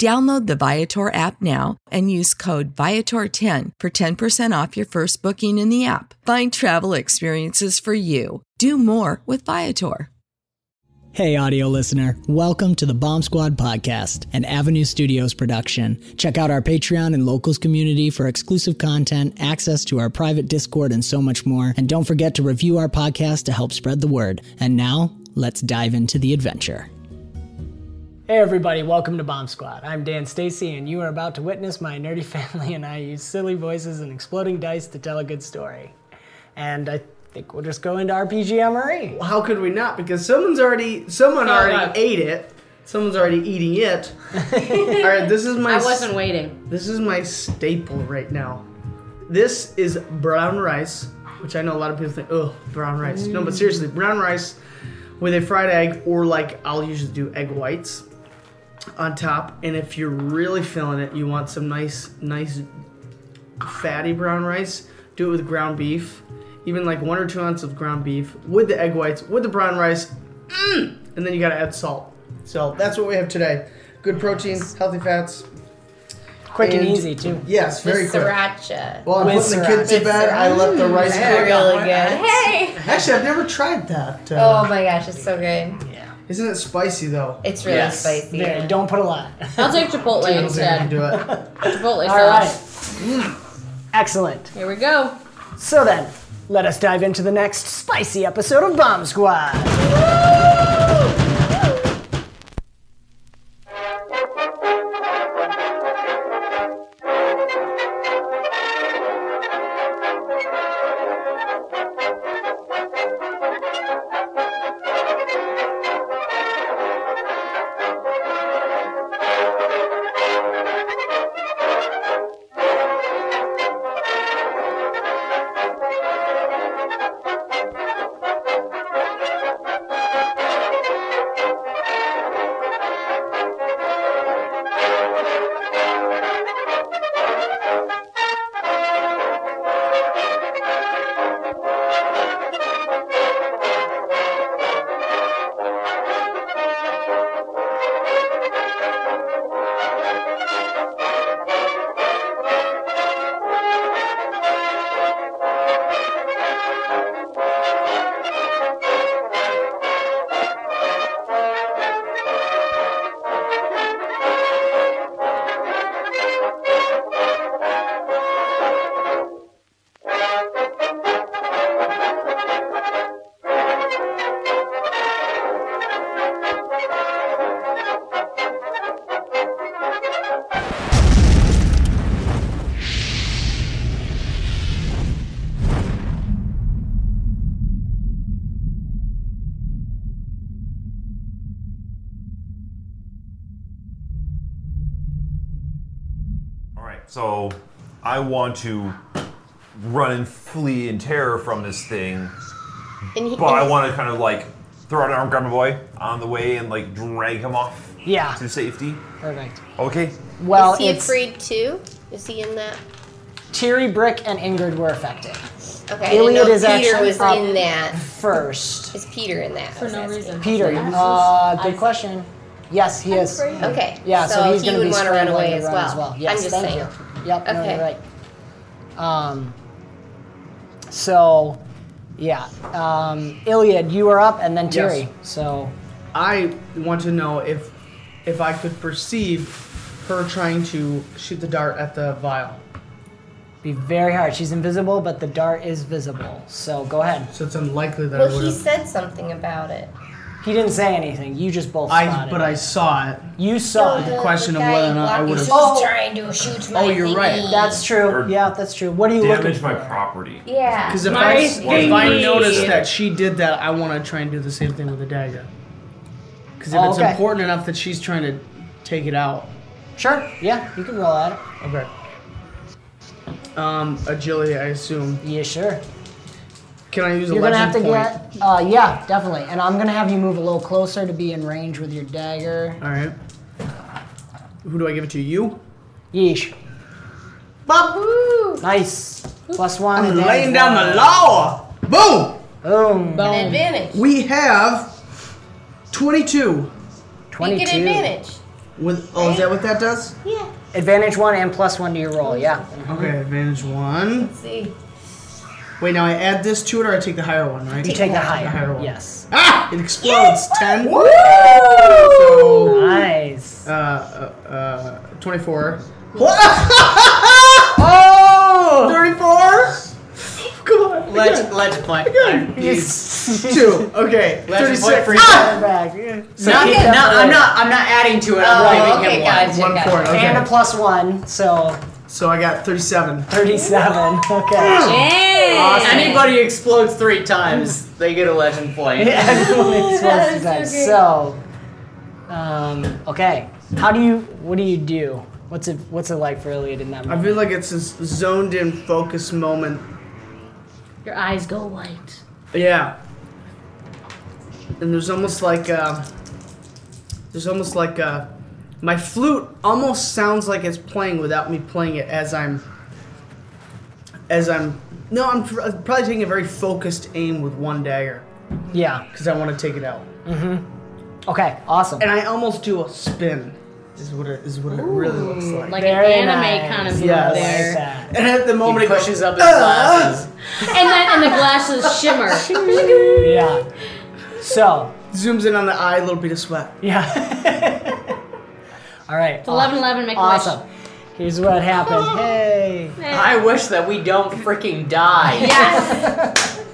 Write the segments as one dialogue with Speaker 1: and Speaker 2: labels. Speaker 1: Download the Viator app now and use code Viator10 for 10% off your first booking in the app. Find travel experiences for you. Do more with Viator.
Speaker 2: Hey, audio listener. Welcome to the Bomb Squad podcast, an Avenue Studios production. Check out our Patreon and locals community for exclusive content, access to our private Discord, and so much more. And don't forget to review our podcast to help spread the word. And now, let's dive into the adventure.
Speaker 3: Hey everybody, welcome to Bomb Squad. I'm Dan Stacy and you are about to witness my nerdy family and I use silly voices and exploding dice to tell a good story. And I think we'll just go into RPG MRE.
Speaker 4: How could we not? Because someone's already someone already ate it. Someone's already eating it. All right, this is my
Speaker 5: I wasn't waiting.
Speaker 4: this is my staple right now. This is brown rice, which I know a lot of people think, oh, brown rice. No, but seriously, brown rice with a fried egg or like I'll usually do egg whites on top. And if you're really feeling it, you want some nice, nice fatty brown rice. Do it with ground beef, even like one or two ounces of ground beef with the egg whites, with the brown rice, mm! and then you gotta add salt. So that's what we have today. Good protein, healthy fats.
Speaker 3: Quick and,
Speaker 4: And-
Speaker 3: easy too.
Speaker 4: Yes, very good.
Speaker 5: Sriracha.
Speaker 4: Well, I'm
Speaker 3: With
Speaker 4: putting the kids to
Speaker 5: sriracha.
Speaker 4: bed. I left the rice cooking.
Speaker 5: They're really good. Hey!
Speaker 4: Actually, I've never tried that.
Speaker 5: Oh
Speaker 4: Uh,
Speaker 5: my gosh, it's so good.
Speaker 4: Isn't it spicy though?
Speaker 5: It's really
Speaker 4: Yes.
Speaker 5: spicy.
Speaker 3: There, don't put a lot.
Speaker 5: I'll take Chipotle
Speaker 4: I don't think I can
Speaker 5: instead.
Speaker 4: do it.
Speaker 5: Chipotle
Speaker 3: All right. Mm.
Speaker 5: sauce.
Speaker 3: Excellent.
Speaker 5: Here we go.
Speaker 3: So then, let us dive into the next spicy episode of Bomb Squad.
Speaker 6: All right, so I want to run and flee in terror from this thing,
Speaker 5: And he,
Speaker 6: but I want to kind of like throw out an arm, grab my boy on the way, and like drag him off
Speaker 3: Yeah.
Speaker 6: to safety.
Speaker 3: Perfect.
Speaker 6: Okay.
Speaker 3: Well,
Speaker 7: Is he
Speaker 3: it's
Speaker 7: afraid too? Is he in that?
Speaker 3: Tiri, Brick, and Ingrid were affected
Speaker 7: Okay, I didn't
Speaker 3: Iliad
Speaker 7: know
Speaker 3: is
Speaker 7: Peter
Speaker 3: actually
Speaker 7: was
Speaker 3: up.
Speaker 7: in that.
Speaker 3: first.
Speaker 7: Is Peter in that?
Speaker 5: for no reason.
Speaker 3: Peter, uh, good question. Yes, he is.
Speaker 7: Okay.
Speaker 3: Yeah, so,
Speaker 7: so,
Speaker 3: he's
Speaker 7: he
Speaker 3: going to
Speaker 7: would
Speaker 3: be
Speaker 7: want to run
Speaker 3: scrambling
Speaker 7: away
Speaker 3: to
Speaker 7: as
Speaker 3: run
Speaker 7: well.
Speaker 3: as well. Yes,
Speaker 7: I'm just
Speaker 3: thank
Speaker 7: saying.
Speaker 3: you. Yep, no, you're
Speaker 7: Okay.
Speaker 3: right. Um, so, yeah, um, Iliad, you are up, and then Terry. So,
Speaker 4: I want to know if if I could perceive her trying to shoot the dart at the vial.
Speaker 3: be very hard. She's invisible, but the dart is visible. So go ahead.
Speaker 4: So it's unlikely that I
Speaker 7: Well,
Speaker 4: would
Speaker 7: he
Speaker 4: have.
Speaker 7: said something about it.
Speaker 3: He didn't say anything. You just both
Speaker 4: I
Speaker 3: spotted.
Speaker 4: but I saw it.
Speaker 3: it. you saw it.
Speaker 4: the question of whether or not I would've-
Speaker 7: Oh, trying to shoot my
Speaker 4: Oh, you're right.
Speaker 7: thingy.
Speaker 3: That's
Speaker 6: Or
Speaker 3: true. Yeah, that's true. What are you looking
Speaker 6: Damage
Speaker 3: for?
Speaker 6: my property.
Speaker 7: Yeah.
Speaker 4: Because if, I, if I
Speaker 6: thingy.
Speaker 4: notice that she did that, I want to try and do the same thing with the dagger. Because if
Speaker 3: Oh,
Speaker 4: it's
Speaker 3: okay.
Speaker 4: important enough that she's trying to take it out.
Speaker 3: Sure. Yeah, you can roll at it.
Speaker 4: Okay. Um, agility, I assume.
Speaker 3: Yeah, sure.
Speaker 4: Can I use
Speaker 3: You're
Speaker 4: a
Speaker 3: gonna
Speaker 4: legend
Speaker 3: have to
Speaker 4: point?
Speaker 3: get. Uh, yeah, definitely. And I'm gonna have you move a little closer to be in range with your dagger.
Speaker 4: All right. Who do I give it to? You.
Speaker 3: Yeesh.
Speaker 7: Woo.
Speaker 3: Nice. Plus one.
Speaker 4: I'm
Speaker 3: advantage
Speaker 4: laying down
Speaker 3: roll.
Speaker 4: the law. Boom.
Speaker 3: Boom.
Speaker 7: An advantage.
Speaker 4: We have 22
Speaker 7: You
Speaker 3: Twenty-two.
Speaker 7: get advantage.
Speaker 4: with Oh, is that what that does?
Speaker 7: Yeah.
Speaker 3: Advantage one and plus one to your roll. Yeah.
Speaker 4: Okay, advantage 1.
Speaker 7: Let's see.
Speaker 4: Wait, now I add this to it or I take the higher one, right?
Speaker 3: You take the higher.
Speaker 4: higher one.
Speaker 3: Yes.
Speaker 4: Ah! It explodes. 10. So,
Speaker 3: Nice.
Speaker 4: uh, uh, uh, 24. 34? Oh! Come on. Let's, let's play. Two. Okay.
Speaker 8: Let's play
Speaker 4: 36.
Speaker 8: for
Speaker 4: Ah!
Speaker 3: Back. yeah.
Speaker 8: Not,
Speaker 7: Okay.
Speaker 8: not, I'm not. I'm not adding to it. I'm
Speaker 7: Oh,
Speaker 8: giving
Speaker 7: okay,
Speaker 8: him one.
Speaker 7: gotcha,
Speaker 4: One
Speaker 7: gotcha.
Speaker 4: for it.
Speaker 3: And a
Speaker 4: Okay.
Speaker 3: plus one, so
Speaker 4: So I got 37.
Speaker 3: thirty-seven.
Speaker 4: Hmm.
Speaker 3: Okay.
Speaker 8: Anybody explodes three times, they get a legend point.
Speaker 3: Everyone's
Speaker 7: That
Speaker 3: supposed to
Speaker 7: is
Speaker 3: die.
Speaker 7: so
Speaker 3: So, um, okay. How do you? What do you do? What's it? What's it like for Iliad in that
Speaker 4: I
Speaker 3: moment?
Speaker 4: feel like it's this zoned in focus moment
Speaker 9: Your eyes go white.
Speaker 4: Yeah. And there's almost like uh, there's almost like uh, my flute almost sounds like it's playing without me playing it as I'm as I'm no I'm pr- probably taking a very focused aim with one dagger
Speaker 3: Yeah.
Speaker 4: because I want to take it out
Speaker 3: Okay. Awesome.
Speaker 4: and I almost do a spin is what it is what it really looks like.
Speaker 9: Like
Speaker 3: Very
Speaker 9: an anime
Speaker 3: nice.
Speaker 9: kind of move
Speaker 4: Yes.
Speaker 9: there.
Speaker 3: Like that.
Speaker 4: and at the moment
Speaker 8: He
Speaker 4: it goes,
Speaker 8: pushes up his glasses.
Speaker 9: And then and the glasses shimmer.
Speaker 3: Yeah. So,
Speaker 4: zooms in on the eye, a little bit of sweat.
Speaker 3: yeah. All right. aw-
Speaker 9: 11 11 make a
Speaker 3: Awesome.
Speaker 9: wish.
Speaker 3: Here's what happened. Hey.
Speaker 8: I wish that we don't freaking die.
Speaker 9: Yes.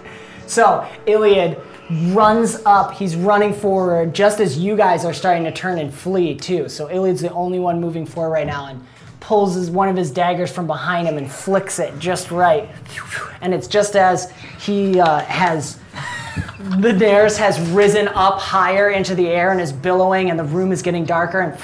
Speaker 3: So, Iliad runs up. He's running forward just as you guys are starting to turn and flee, too. So, Iliad's the only one moving forward right now and pulls his, one of his daggers from behind him and flicks it just right. And it's just as he uh, has. The Dares has risen up higher into the air and is billowing, and the room is getting darker. And,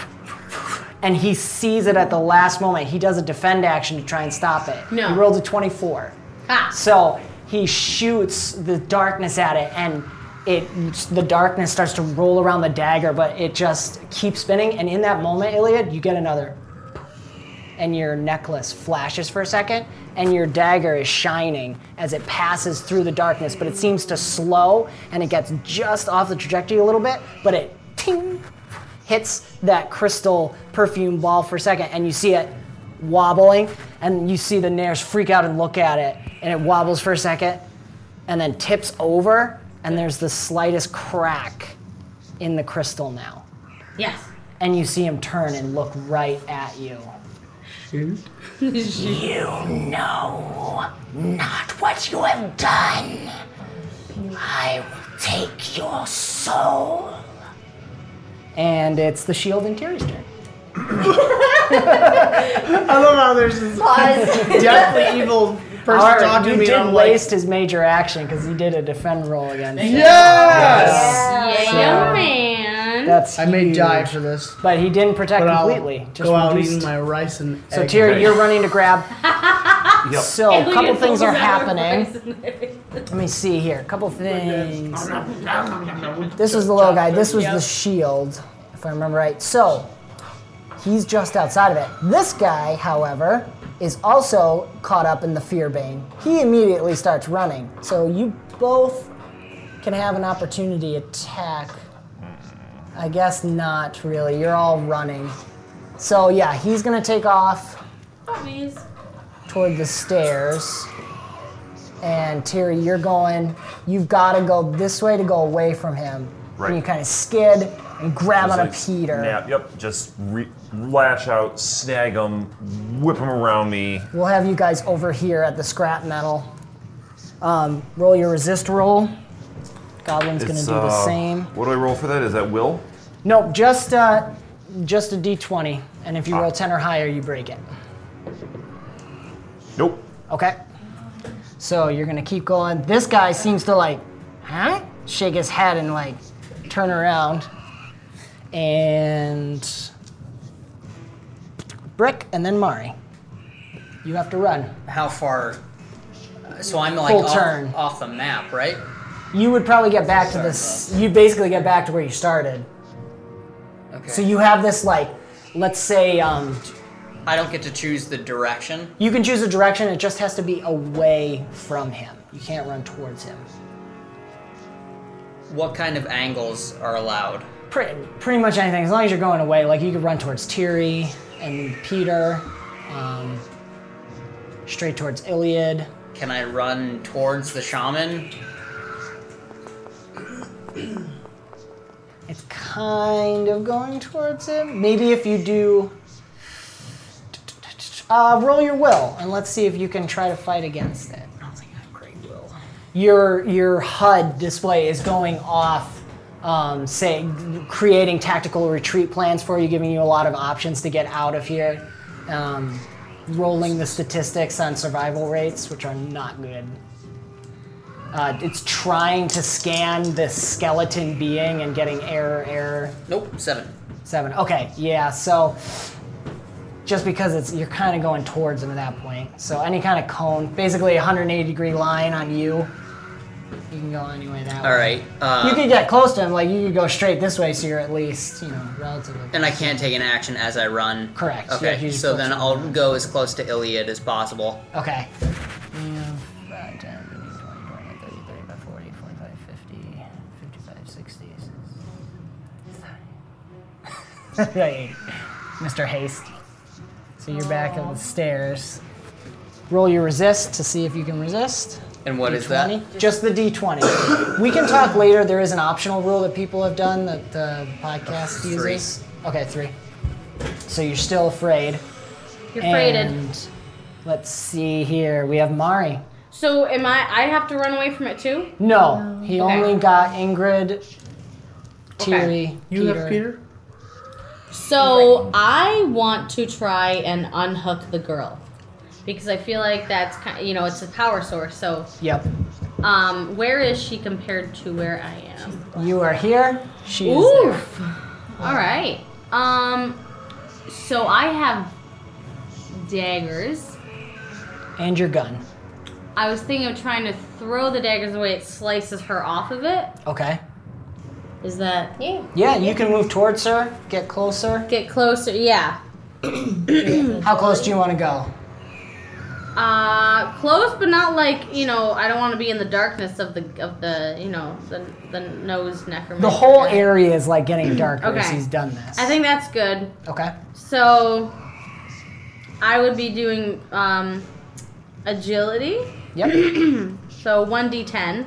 Speaker 3: and he sees it at the last moment. He does a defend action to try and stop it.
Speaker 9: No.
Speaker 3: He rolls a 24.
Speaker 9: Ah,
Speaker 3: So he shoots the darkness at it, and it the darkness starts to roll around the dagger, but it just keeps spinning. And in that moment, Iliad, you get another, and your necklace flashes for a second, and your dagger is shining as it passes through the darkness. But it seems to slow, and it gets just off the trajectory a little bit, but it ting hits that crystal perfume ball for a second, and you see it wobbling, and you see the Nairs freak out and look at it, and it wobbles for a second, and then tips over, and there's the slightest crack in the crystal now.
Speaker 9: yes.
Speaker 3: And you see him turn and look right at you. You know not what you have done. I will take your soul. And it's the shield and Terry's turn.
Speaker 4: I love how there's this deathly evil person
Speaker 3: All right,
Speaker 4: talking to
Speaker 3: you
Speaker 4: me.
Speaker 3: did
Speaker 4: and I'm like,
Speaker 3: waste his major action because he did a defend roll again.
Speaker 4: yes!
Speaker 9: Yeah, young man.
Speaker 3: That's
Speaker 4: I may
Speaker 3: huge.
Speaker 4: die for this.
Speaker 3: but he didn't protect
Speaker 4: But I'll
Speaker 3: completely. Just
Speaker 4: go out
Speaker 3: reduced.
Speaker 4: eating my rice and
Speaker 3: so
Speaker 4: egg.
Speaker 3: Terry,
Speaker 6: Okay.
Speaker 3: you're running to grab.
Speaker 6: Yep.
Speaker 3: So a couple things are happening.
Speaker 9: happening.
Speaker 3: Let me see here. A couple things. This was the little guy. This was the shield, if I remember right. So he's just outside of it. This guy, however, is also caught up in the fear bane. He immediately starts running. So you both can have an opportunity attack. I guess not really. You're all running. So yeah, he's gonna take off
Speaker 9: Puppies.
Speaker 3: toward the stairs. And Terry, you're going. You've got to go this way to go away from him.
Speaker 6: Right.
Speaker 3: And you kind of skid and grab
Speaker 6: Just
Speaker 3: on a
Speaker 6: like
Speaker 3: Peter.
Speaker 6: snap- yep, just re- lash out, snag him, whip him around me.
Speaker 3: We'll have you guys over here at the scrap metal. Um, roll your resist roll. Goblin's gonna
Speaker 6: It's,
Speaker 3: do the
Speaker 6: uh,
Speaker 3: same.
Speaker 6: What do I roll for that? Is that will?
Speaker 3: Nope, just uh, just a d20, and
Speaker 6: Ah.
Speaker 3: if you roll 10 or higher, you break it.
Speaker 6: Nope.
Speaker 3: Okay. So you're gonna keep going. This guy seems to like, huh? Shake his head and like turn around. And Brick and then Mari. You have to run.
Speaker 8: How far? So I'm like
Speaker 3: Full
Speaker 8: off,
Speaker 3: turn.
Speaker 8: off the map, right?
Speaker 3: You would probably get back to this. You basically get back to where you started.
Speaker 8: Okay.
Speaker 3: So you have this like, let's say um,
Speaker 8: I don't get to choose the direction.
Speaker 3: you can choose a direction. It just has to be away from him. You can't run towards him.
Speaker 8: What kind of angles are allowed?
Speaker 3: Pretty, pretty much anything, as long as you're going away. Like you could run towards Tiri and Peter, um, straight towards Iliad.
Speaker 8: Can I run towards the shaman?
Speaker 3: It's kind of going towards him. Maybe if you do. Uh, roll your will, and let's see if you can try to fight against it.
Speaker 8: I don't think I have great will.
Speaker 3: your your HUD display is going off, um, say, creating tactical retreat plans for you, giving you a lot of options to get out of here, um, rolling the statistics on survival rates, which are not good. Uh, it's trying to scan this skeleton being and getting error, error.
Speaker 8: Nope, seven.
Speaker 3: Seven. Okay. Yeah. So just because it's you're kind of going towards him at that point. So any kind of cone, basically a 180 degree line on you. You can go any way that
Speaker 8: All
Speaker 3: way.
Speaker 8: right. Uh,
Speaker 3: You could get close to him, like you could go straight this way, so you're at least you know relatively.
Speaker 8: and I can't take an action as I run.
Speaker 3: Correct. Yeah,
Speaker 8: Okay.
Speaker 3: you just
Speaker 8: so
Speaker 3: go
Speaker 8: then
Speaker 3: to-
Speaker 8: I'll go as close to Iliad as possible.
Speaker 3: Okay. You have, uh, 10, 20, 30, 35, 40, 45, 50, 55, 60, 60. Right. Mr. Haste. So you're back on the stairs. Roll your resist to see if you can resist.
Speaker 8: And what is that?
Speaker 3: D20? Just the D20. we can talk later. There is an optional rule that people have done that the podcast
Speaker 8: Three.
Speaker 3: uses. Okay, three. So you're still afraid.
Speaker 9: You're freighted.
Speaker 3: And let's see here. We have Mari.
Speaker 9: So am I? I have to run away from it too.
Speaker 3: No, he
Speaker 9: Okay.
Speaker 3: only got Ingrid, Tiri,
Speaker 4: You
Speaker 3: Peter.
Speaker 4: have Peter?
Speaker 9: So I want to try and unhook the girl because I feel like that's kind. You know, it's a power source. So
Speaker 3: Yep.
Speaker 9: um, where is she compared to where I am?
Speaker 3: You are here. She is there.
Speaker 9: Oof. All right. Um. So I have daggers.
Speaker 3: And your gun.
Speaker 9: I was thinking of trying to throw the daggers away. It slices her off of it.
Speaker 3: Okay.
Speaker 9: Is that
Speaker 7: Yeah.
Speaker 3: Yeah, you can move towards her, get closer.
Speaker 9: get closer? Yeah.
Speaker 3: How close do you want to go?
Speaker 9: Uh, close, but not like you know. I don't want to be in the darkness of the of the you know the the nose necromancer.
Speaker 3: The whole area is like getting darker as
Speaker 9: Okay.
Speaker 3: he's done this.
Speaker 9: I think that's good.
Speaker 3: Okay.
Speaker 9: So I would be doing um, agility.
Speaker 3: Yep.
Speaker 9: So one d10.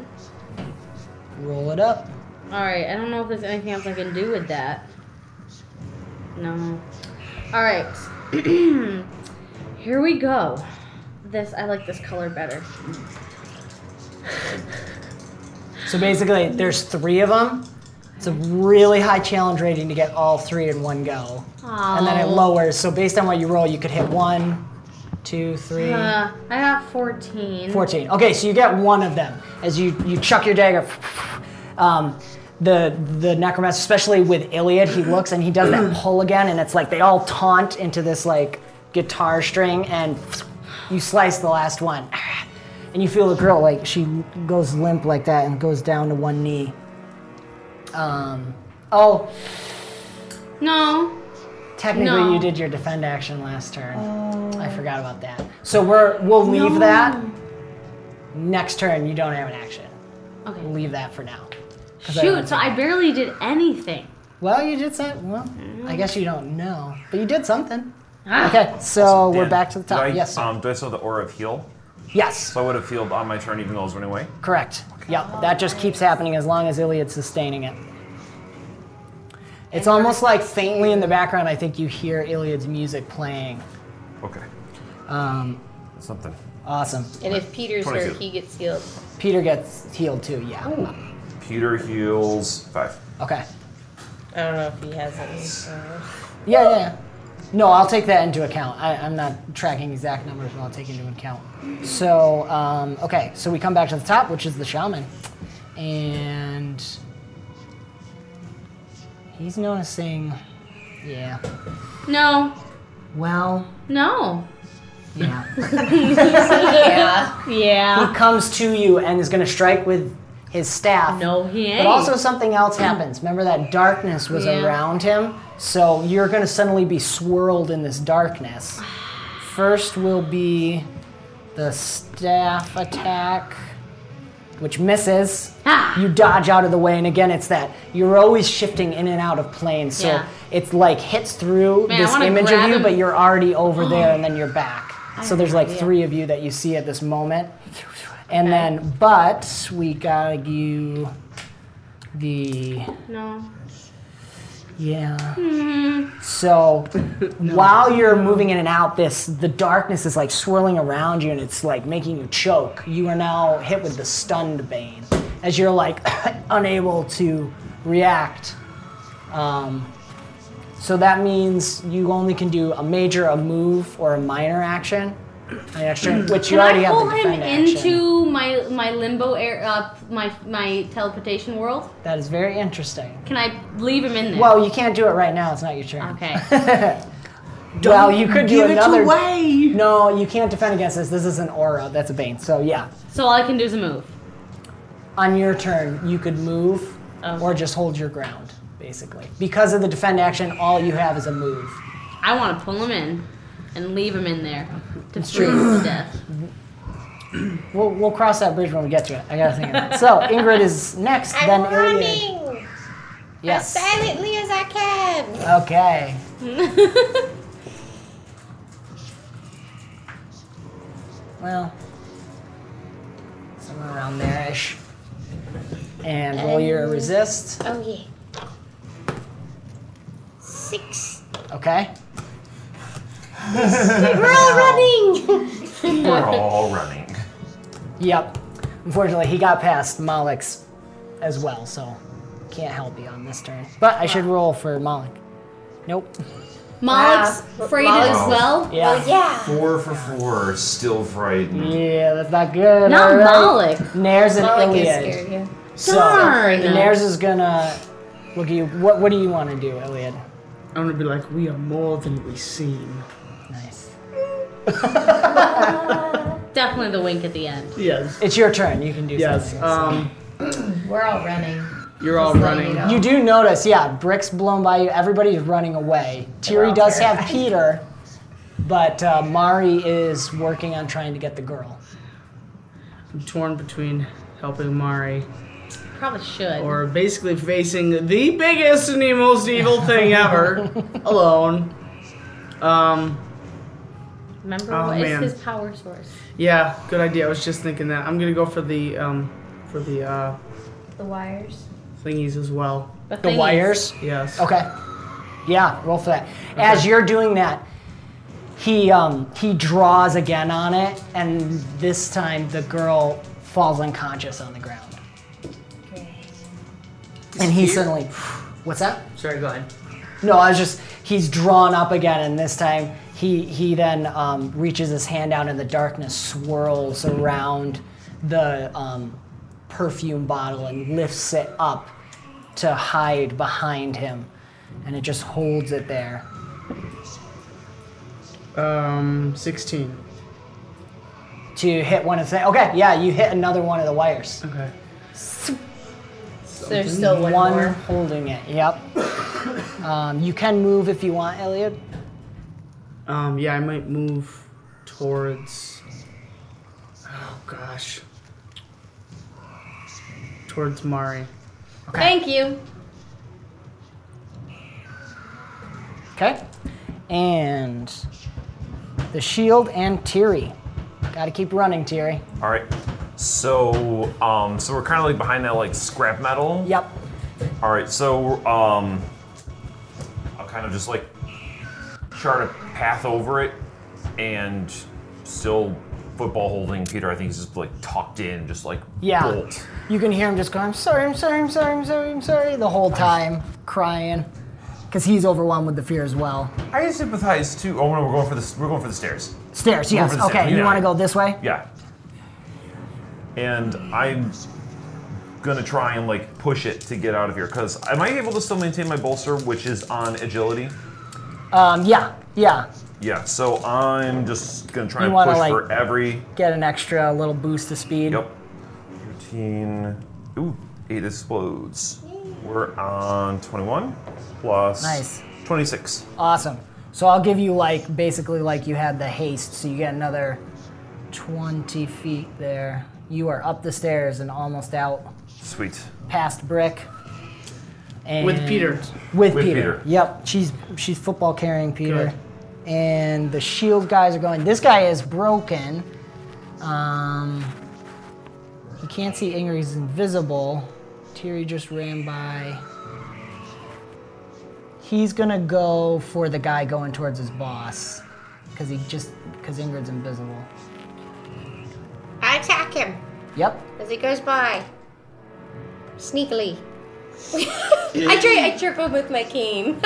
Speaker 3: Roll it up.
Speaker 9: All right. I don't know if there's anything else I can do with that. No. All right. Here we go. This I like this color better.
Speaker 3: So basically, there's three of them. It's a really high challenge rating to get all three in one go. And then it
Speaker 9: Oh.
Speaker 3: lowers. So based on what you roll, you could hit one, two, three,
Speaker 9: Uh, I got 14.
Speaker 3: 14. Okay, so you get one of them as you, you chuck your dagger. Um, the the necromancer, especially with Iliad, he looks and he does that pull again, and it's like they all taunt into this like guitar string, and you slice the last one, and you feel the girl like she goes limp like that and goes down to one knee. Um, oh,
Speaker 9: No.
Speaker 3: Technically,
Speaker 9: No.
Speaker 3: you did your defend action last turn. I forgot about that. So we're we'll leave that. Next turn, you don't have an action.
Speaker 9: Okay.
Speaker 3: Leave that for now.
Speaker 9: Shoot, so I barely did anything.
Speaker 3: Well, you did something. Well, I guess you don't know, but you did something.
Speaker 9: Ah,
Speaker 3: Okay, so Oh, we're
Speaker 6: Dan,
Speaker 3: back to the top.
Speaker 6: did I,
Speaker 3: yes, sir.
Speaker 6: Um, do I still have the aura of heal?
Speaker 3: yes,
Speaker 6: So I would have healed on my turn, even though I was running away.
Speaker 3: correct. Yep, that just keeps happening as long as Iliad's sustaining it. It's almost like faintly in the background, I think you hear Iliad's music playing.
Speaker 6: Okay.
Speaker 3: Um,
Speaker 6: That's something.
Speaker 3: awesome.
Speaker 5: And if Peter's hurt,
Speaker 6: 22.
Speaker 5: he gets healed.
Speaker 3: Peter gets healed too, yeah.
Speaker 6: Peter heals five.
Speaker 3: Okay.
Speaker 5: I don't know if he has any. so-
Speaker 3: Yeah, yeah, yeah. No, I'll take that into account. I, I'm not tracking exact numbers, but I'll take into account. So, um, okay, so we come back to the top, which is the shaman, and he's noticing. Yeah.
Speaker 9: No.
Speaker 3: Well,
Speaker 9: No.
Speaker 3: yeah.
Speaker 7: Yeah.
Speaker 9: Yeah.
Speaker 3: he comes to you and is going to strike with his staff.
Speaker 9: No, he ain't.
Speaker 3: But also something else happens. Remember that darkness was
Speaker 9: Yeah.
Speaker 3: around him, so you're going to suddenly be swirled in this darkness. First will be the staff attack, which misses.
Speaker 9: Ah.
Speaker 3: You dodge out of the way, and again, it's that you're always shifting in and out of planes. So
Speaker 9: Yeah.
Speaker 3: it's like hits through
Speaker 9: Man, I
Speaker 3: this
Speaker 9: wanna
Speaker 3: image of
Speaker 9: grab
Speaker 3: you,
Speaker 9: him. Oh.
Speaker 3: but you're already over there, and then you're back. So there's like three of you that you see at this moment. And then, but we gotta you the
Speaker 9: no.
Speaker 3: yeah.
Speaker 9: Hmm.
Speaker 3: So while you're moving in and out, this the darkness is like swirling around you, and it's like making you choke. You are now hit with the stunned bane as you're like unable to react. Um, so that means you only can do a major, a move, or a minor action, an action, which you
Speaker 9: Hmm. Can
Speaker 3: already
Speaker 9: I
Speaker 3: have
Speaker 9: pull
Speaker 3: the
Speaker 9: him
Speaker 3: defend action.
Speaker 9: into my my limbo air uh, my my teleportation world?
Speaker 3: That is very interesting.
Speaker 9: Can I leave him in there?
Speaker 3: Well, you can't do it right now. It's not your turn.
Speaker 9: Okay.
Speaker 3: well, you could do
Speaker 4: Give
Speaker 3: another.
Speaker 4: it away.
Speaker 3: No, you can't defend against this. This is an aura. That's a bane. So yeah,
Speaker 9: So all I can do is a move.
Speaker 3: on your turn, you could move or just hold your ground, basically. Because of the defend action, all you have is a move.
Speaker 9: I want to pull him in and leave him in there to freeze to death.
Speaker 3: We'll, we'll cross that bridge when we get to it. I gotta think of that. So Ingrid is next.
Speaker 7: I'm
Speaker 3: then Iliad.
Speaker 7: running
Speaker 3: Yes.
Speaker 7: silently as I can.
Speaker 3: Okay. well, somewhere around there ish. And roll your resist.
Speaker 7: Oh yeah. Six.
Speaker 3: Okay.
Speaker 7: We're all running.
Speaker 6: We're all running.
Speaker 3: Yep. Unfortunately, he got past Malik's as well, so can't help you on this turn. But I should roll for Malik. Nope.
Speaker 9: Malik's
Speaker 5: Wow.
Speaker 9: freighted as well.
Speaker 3: Oh, Yeah.
Speaker 7: yeah.
Speaker 6: Four for four, still frightened.
Speaker 3: Yeah, that's not good.
Speaker 9: Not
Speaker 3: All right.
Speaker 9: Malik.
Speaker 3: Nair's and
Speaker 5: Malik is
Speaker 3: Iliad.
Speaker 5: scared, yeah.
Speaker 3: So,
Speaker 9: Darn.
Speaker 3: Nair's is gonna look at you. What, what do you want to do, Iliad?
Speaker 4: I'm gonna be like, we are more than we seem.
Speaker 3: Nice.
Speaker 9: Definitely the wink at the end.
Speaker 4: Yes.
Speaker 3: It's your turn. You can do
Speaker 4: Yes.
Speaker 3: something.
Speaker 4: Um,
Speaker 5: We're all running.
Speaker 4: you're all running.
Speaker 5: know.
Speaker 3: you do notice, yeah, bricks blown by you. Everybody's running away. Tiri does have Peter, but uh, Mari is working on trying to get the girl.
Speaker 4: I'm torn between helping Mari
Speaker 9: Probably should.
Speaker 4: or basically facing the biggest and the most evil thing ever alone. Um,
Speaker 9: Remember,
Speaker 4: Oh,
Speaker 9: what is
Speaker 4: man.
Speaker 9: his power source?
Speaker 4: yeah, good idea. I was just thinking that. I'm gonna go for the um, for the uh,
Speaker 5: The wires.
Speaker 4: thingies as well.
Speaker 3: The
Speaker 9: thing is-
Speaker 3: wires.
Speaker 4: Yes.
Speaker 3: Okay. Yeah, roll for that. As you're doing that, he um, he draws again on it, and this time the girl falls unconscious on the ground. And he suddenly, what's that?
Speaker 8: Sorry, go ahead.
Speaker 3: No, I was just he's drawn up again, and this time he he then um, reaches his hand out, and the darkness swirls around the um, perfume bottle and lifts it up to hide behind him, and it just holds it there.
Speaker 4: Um, 16.
Speaker 3: To hit one of the okay, yeah, you hit another one of the wires.
Speaker 4: Okay.
Speaker 5: So there's
Speaker 3: Mm-hmm.
Speaker 5: still one,
Speaker 3: one
Speaker 5: more.
Speaker 3: holding it. Yep. um, you can move if you want, Elliot.
Speaker 4: Um, yeah, I might move towards. Oh gosh. Towards Mari.
Speaker 9: Thank you.
Speaker 3: Okay. And the shield and Tiri. Gotta keep running, Tiri.
Speaker 6: All right. So, um, so we're kind of like behind that like scrap metal.
Speaker 3: Yep.
Speaker 6: All right. So, um, I'll kind of just like chart a path over it, and still football holding Peter. I think he's just like tucked in, just like
Speaker 3: Yeah.
Speaker 6: bolt.
Speaker 3: You can hear him just going, I'm sorry, I'm sorry, I'm sorry, I'm sorry, I'm sorry, the whole time, crying. Because he's overwhelmed with the fear as well.
Speaker 6: I sympathize too. Oh no, we're going for the we're going for the stairs.
Speaker 3: Stairs,
Speaker 6: We're going
Speaker 3: yes.
Speaker 6: for the
Speaker 3: Okay,
Speaker 6: stairs.
Speaker 3: you
Speaker 6: Yeah.
Speaker 3: want to go this way?
Speaker 6: Yeah. And I'm gonna try and like push it to get out of here because am I able to still maintain my bolster, which is on agility?
Speaker 3: Um, yeah, yeah.
Speaker 6: Yeah. So I'm just gonna try
Speaker 3: You
Speaker 6: and
Speaker 3: wanna,
Speaker 6: push
Speaker 3: like-
Speaker 6: for every
Speaker 3: Get an extra little boost to speed.
Speaker 6: Yep. 13. Ooh, 8 explodes. We're on 21 plus
Speaker 3: Nice.
Speaker 6: 26.
Speaker 3: Awesome. So I'll give you like basically like you had the haste, so you get another 20 feet there. You are up the stairs and almost out
Speaker 6: Sweet.
Speaker 3: past brick. And
Speaker 4: With Peter.
Speaker 3: With,
Speaker 6: With
Speaker 3: Peter.
Speaker 6: Peter.
Speaker 3: Yep. She's she's football carrying Peter.
Speaker 4: Good.
Speaker 3: And the shield guys are going. This guy is broken. Um you can't see Inger, he's invisible. Tiri just ran by. He's gonna go for the guy going towards his boss. Cause he just cause Ingrid's invisible.
Speaker 7: I attack him
Speaker 3: Yep.
Speaker 7: as he goes by. Sneakily. I try I trip him with my cane.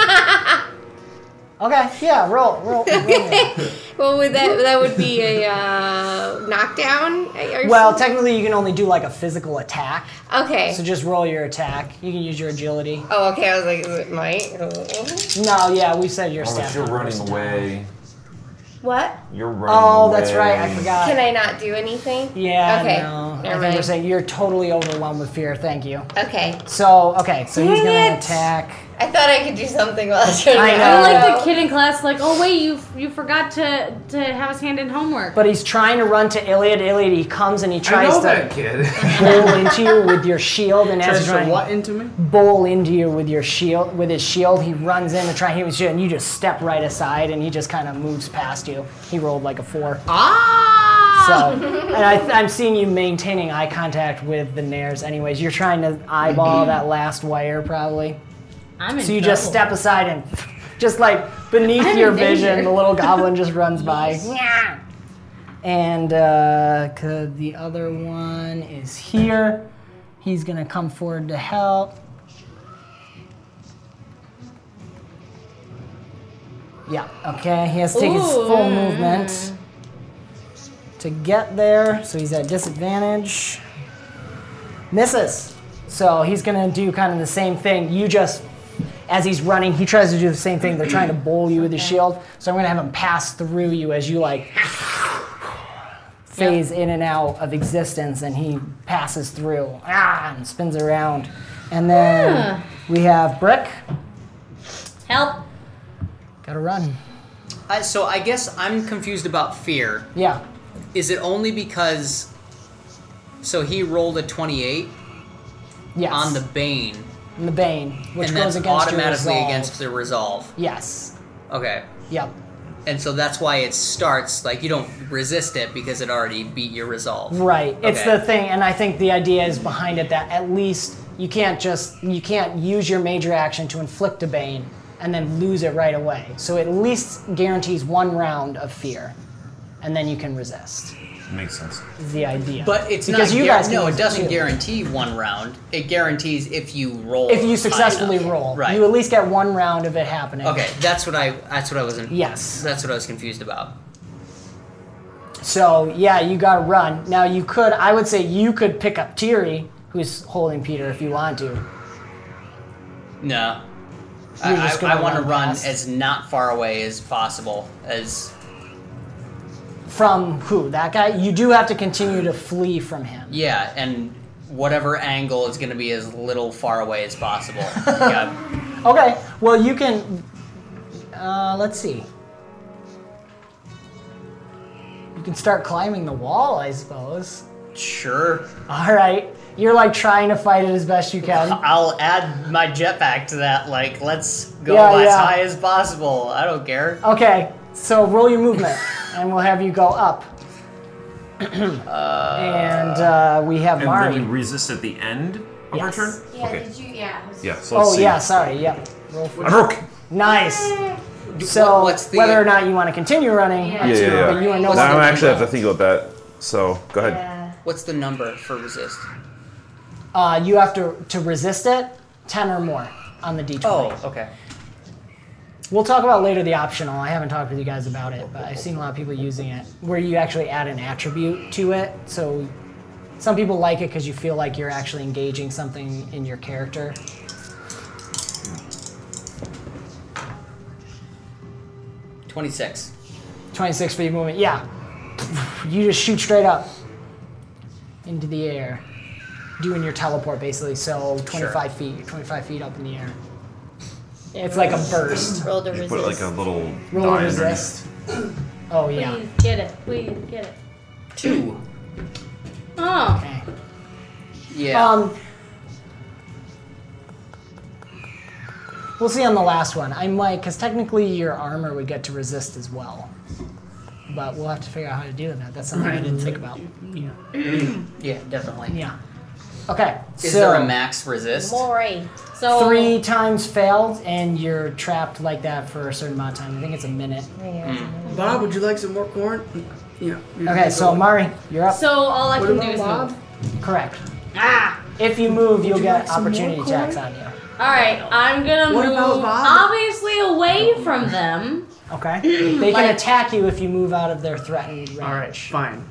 Speaker 3: Okay, yeah, roll, roll, roll.
Speaker 7: well
Speaker 5: Oh,
Speaker 7: would that that would be a uh, knockdown? Or
Speaker 3: Well,
Speaker 7: something?
Speaker 3: technically, you can only do like a physical attack.
Speaker 7: Okay.
Speaker 3: So just roll your attack. You can use your agility.
Speaker 7: oh okay, I was like, is it might? Oh.
Speaker 3: No, yeah, we said your
Speaker 6: Unless
Speaker 3: stats.
Speaker 6: you're
Speaker 3: not
Speaker 6: running
Speaker 3: versatile.
Speaker 6: away.
Speaker 7: What?
Speaker 6: You're running
Speaker 3: Oh,
Speaker 6: away.
Speaker 3: that's right. I forgot.
Speaker 7: Can I not do anything?
Speaker 3: yeah,
Speaker 7: Okay.
Speaker 3: no. I
Speaker 7: Never
Speaker 3: think you're
Speaker 7: mind.
Speaker 3: saying you're totally overwhelmed with fear. Thank you.
Speaker 7: Okay.
Speaker 3: So, okay, so he's
Speaker 7: Dang
Speaker 3: gonna
Speaker 7: it.
Speaker 3: attack.
Speaker 7: I thought I could do something while I was trying to
Speaker 3: I
Speaker 7: do
Speaker 3: know.
Speaker 9: I'm
Speaker 7: it.
Speaker 9: like the kid in class, like, oh wait, you you forgot to to have us hand in homework.
Speaker 3: But he's trying to run to Iliad. Iliad, he comes and he tries to
Speaker 6: kid.
Speaker 3: bowl into you with your shield. And as
Speaker 4: Tries
Speaker 3: he's
Speaker 4: to
Speaker 3: trying
Speaker 4: what
Speaker 3: to
Speaker 4: into me?
Speaker 3: bowl into you with your shield, with his shield, he runs in to try and hit his shield, and you just step right aside, and he just kind of moves past you. He rolled like a four.
Speaker 7: Ah!
Speaker 3: So,
Speaker 9: Oh.
Speaker 3: and I, I'm seeing you maintaining eye contact with the Nairs anyways. You're trying to eyeball that last wire probably.
Speaker 9: I'm in
Speaker 3: So you just
Speaker 9: trouble.
Speaker 3: step aside and just like beneath
Speaker 9: I'm
Speaker 3: your
Speaker 9: in
Speaker 3: vision,
Speaker 9: danger.
Speaker 3: the little goblin just runs by. Nyah! And uh, 'cause the other one is here. He's gonna come forward to help. Yeah, okay, he has to take his full movement to get there, so he's at disadvantage. Misses. So he's gonna do kind of the same thing. You just, as he's running, he tries to do the same thing. They're trying to bowl you with his shield, so I'm gonna have him pass through you as you like phase in and out of existence, and he passes through ah, and spins around. And then we have Brick.
Speaker 9: Help!
Speaker 3: Gotta run.
Speaker 8: I, so I guess I'm confused about fear.
Speaker 3: Yeah.
Speaker 8: Is it only because? So he rolled a 28
Speaker 3: Yes.
Speaker 8: on the Bane,
Speaker 3: the Bane, which
Speaker 8: and that's
Speaker 3: goes against your
Speaker 8: automatically
Speaker 3: resolve.
Speaker 8: against the resolve.
Speaker 3: Yes.
Speaker 8: Okay.
Speaker 3: Yep.
Speaker 8: And so that's why it starts like you don't resist it because it already beat your resolve.
Speaker 3: Right. It's
Speaker 8: Okay.
Speaker 3: the thing, and I think the idea is behind it that at least you can't just you can't use your major action to inflict a bane and then lose it right away. So it at least guarantees one round of fear, and then you can resist.
Speaker 6: Makes sense.
Speaker 3: Is the idea.
Speaker 8: But it's
Speaker 3: because
Speaker 8: not
Speaker 3: you
Speaker 8: guar-
Speaker 3: guys can
Speaker 8: no,
Speaker 3: use
Speaker 8: it doesn't
Speaker 3: too.
Speaker 8: guarantee one round. It guarantees if you roll.
Speaker 3: If you
Speaker 8: high
Speaker 3: successfully
Speaker 8: enough.
Speaker 3: roll,
Speaker 8: Right.
Speaker 3: you at least get one round of it happening.
Speaker 8: okay, that's what I. That's what I wasn't.
Speaker 3: Yes.
Speaker 8: That's what I was confused about.
Speaker 3: So yeah, you got to run. Now you could, I would say, you could pick up Tiri, who's holding Peter, if you want to.
Speaker 8: No.
Speaker 3: You're
Speaker 8: I,
Speaker 3: just gonna
Speaker 8: I, I want to
Speaker 3: run
Speaker 8: run
Speaker 3: past.
Speaker 8: as not far away as possible. As
Speaker 3: From who? That guy. You do have to continue to flee from him.
Speaker 8: yeah, and whatever angle is going to be as little far away as possible. yeah.
Speaker 3: Okay. Well, you can. Uh, let's see. You can start climbing the wall, I suppose.
Speaker 8: Sure.
Speaker 3: All right. You're like trying to fight it as best you can.
Speaker 8: I'll add my jetpack to that. Like, let's go
Speaker 3: Yeah,
Speaker 8: as
Speaker 3: yeah.
Speaker 8: high as possible. I don't care.
Speaker 4: Uh,
Speaker 3: Okay, so roll your movement, and we'll have you go up. and uh, we have
Speaker 6: Uh, And
Speaker 3: Mari.
Speaker 6: then we resist at the end of
Speaker 3: Yes.
Speaker 6: our turn?
Speaker 5: Yeah,
Speaker 6: okay.
Speaker 5: did you? Yeah.
Speaker 6: Yeah, so let's
Speaker 3: oh
Speaker 6: see.
Speaker 3: yeah, sorry. Yep. Roll for
Speaker 6: I broke!
Speaker 3: Nice. So
Speaker 8: what's the-
Speaker 3: whether or not you want to continue running,
Speaker 5: Yeah.
Speaker 10: Yeah,
Speaker 3: that's
Speaker 10: yeah,
Speaker 3: cool,
Speaker 10: yeah.
Speaker 3: but you are no
Speaker 10: Now I'm
Speaker 3: longer-
Speaker 10: actually have to think about that. So go ahead.
Speaker 5: Yeah.
Speaker 8: What's the number for resist?
Speaker 3: uh, you have to to resist it, ten or more on the d20.
Speaker 8: Oh, okay.
Speaker 3: We'll talk about later the optional. I haven't talked with you guys about it, but I've seen a lot of people using it where you actually add an attribute to it. So some people like it because you feel like you're actually engaging something in your character.
Speaker 8: Twenty-six.
Speaker 3: 26 feet movement. Yeah. You just shoot straight up into the air, doing your teleport basically. So 25 feet, 25 feet up in the air. It's like a burst.
Speaker 5: Roll to
Speaker 6: You
Speaker 5: resist.
Speaker 6: put like a little
Speaker 3: Roll
Speaker 6: die
Speaker 3: a resist. Oh, yeah.
Speaker 9: Please get it. Please get it.
Speaker 8: Two.
Speaker 9: Oh.
Speaker 3: Okay.
Speaker 8: Yeah.
Speaker 3: Um, we'll see on the last one. I'm like, because technically your armor would get to resist as well. But we'll have to figure out how to do that. That's something I didn't think about.
Speaker 8: yeah, definitely.
Speaker 3: Yeah. Okay.
Speaker 8: Is
Speaker 3: so
Speaker 8: there a max resist?
Speaker 5: Maury.
Speaker 9: So
Speaker 3: three times failed, and you're trapped like that for a certain amount of time. I think it's a minute.
Speaker 4: Bob, would you like some more corn? Yeah.
Speaker 3: Okay, so Amari, you're up.
Speaker 9: So all I can do
Speaker 4: about
Speaker 9: is
Speaker 4: Bob?
Speaker 9: move.
Speaker 3: Correct.
Speaker 9: Ah.
Speaker 3: If you move, you'll get
Speaker 4: like some more
Speaker 3: opportunity
Speaker 4: corn?
Speaker 3: attacks on you.
Speaker 9: All right. I'm gonna
Speaker 4: What
Speaker 9: move
Speaker 4: about Bob?
Speaker 9: obviously away from them.
Speaker 3: Okay. They
Speaker 9: Like-
Speaker 3: can attack you if you move out of their threatened range.
Speaker 4: All right, fine.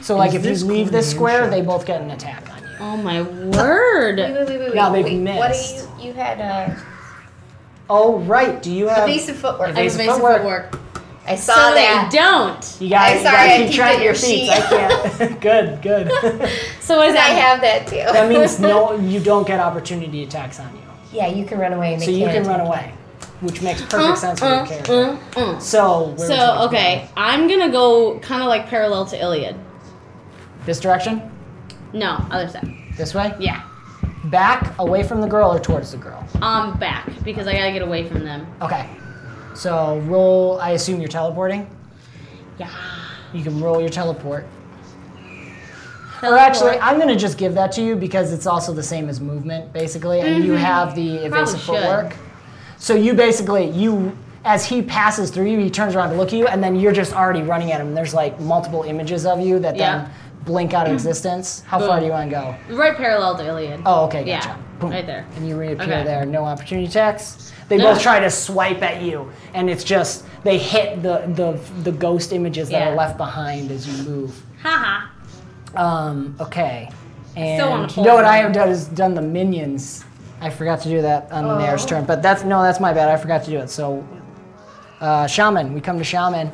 Speaker 3: So, like, if you
Speaker 4: this
Speaker 3: leave this
Speaker 4: corn in
Speaker 3: square, they both get an attack on you.
Speaker 9: Oh my
Speaker 5: Wait,
Speaker 9: word.
Speaker 5: wait, wait, wait.
Speaker 3: Now
Speaker 5: wait.
Speaker 3: they've
Speaker 5: What
Speaker 3: missed.
Speaker 5: are you? You had uh,
Speaker 3: Oh, right. Do you have?
Speaker 5: evasive footwork.
Speaker 3: Evasive
Speaker 9: Invasive
Speaker 3: footwork.
Speaker 9: footwork.
Speaker 5: I saw
Speaker 9: So they
Speaker 5: that.
Speaker 9: don't.
Speaker 3: You gotta,
Speaker 5: I'm
Speaker 3: you
Speaker 5: sorry,
Speaker 3: gotta
Speaker 5: I
Speaker 3: keep
Speaker 5: peeked
Speaker 3: track
Speaker 5: at
Speaker 3: of
Speaker 5: your
Speaker 3: your feet.
Speaker 5: sheet.
Speaker 3: I can't. good, good.
Speaker 9: So what does
Speaker 5: I
Speaker 9: that mean?
Speaker 5: have that too.
Speaker 3: that means no, you don't get opportunity attacks on you.
Speaker 5: Yeah, you can run away. And
Speaker 3: So
Speaker 5: they
Speaker 3: you can
Speaker 5: can't.
Speaker 3: run away, which makes perfect sense for your character.
Speaker 9: Mm, mm.
Speaker 3: So, where would you like
Speaker 9: So
Speaker 3: to
Speaker 9: okay, I'm gonna go kind of like parallel to Iliad.
Speaker 3: go? This direction?
Speaker 9: No, other side.
Speaker 3: This way?
Speaker 9: Yeah,
Speaker 3: Back, away from the girl, or towards the girl?
Speaker 9: um, back because I gotta get away from them.
Speaker 3: Okay. So roll, I assume you're teleporting?
Speaker 9: Yeah.
Speaker 3: You can roll your teleport. Or actually, I'm gonna just give that to you because it's also the same as movement, basically, and you have the evasive
Speaker 9: Mm-hmm. should.
Speaker 3: footwork. So you basically, you as he passes through you, he turns around to look at you, and then you're just already running at him. There's like multiple images of you that
Speaker 9: Yeah. Mm.
Speaker 3: then blink out of existence. How far do you want to go?
Speaker 9: right parallel to Iliad.
Speaker 3: Oh, okay,
Speaker 9: Yeah,
Speaker 3: gotcha. Boom.
Speaker 9: right there.
Speaker 3: And you reappear
Speaker 9: Okay.
Speaker 3: there. No opportunity attacks. They both try to swipe at you, and it's just they hit the the, the ghost images that
Speaker 9: Yeah.
Speaker 3: are left behind as you move.
Speaker 9: Haha.
Speaker 3: Um, okay.
Speaker 9: Still on
Speaker 3: And
Speaker 9: the
Speaker 3: you know what
Speaker 9: pole.
Speaker 3: I have done is done the minions. I forgot to do that on the
Speaker 9: Oh.
Speaker 3: mayor's turn, but that's no, that's my bad. I forgot to do it. So, uh, shaman, we come to shaman.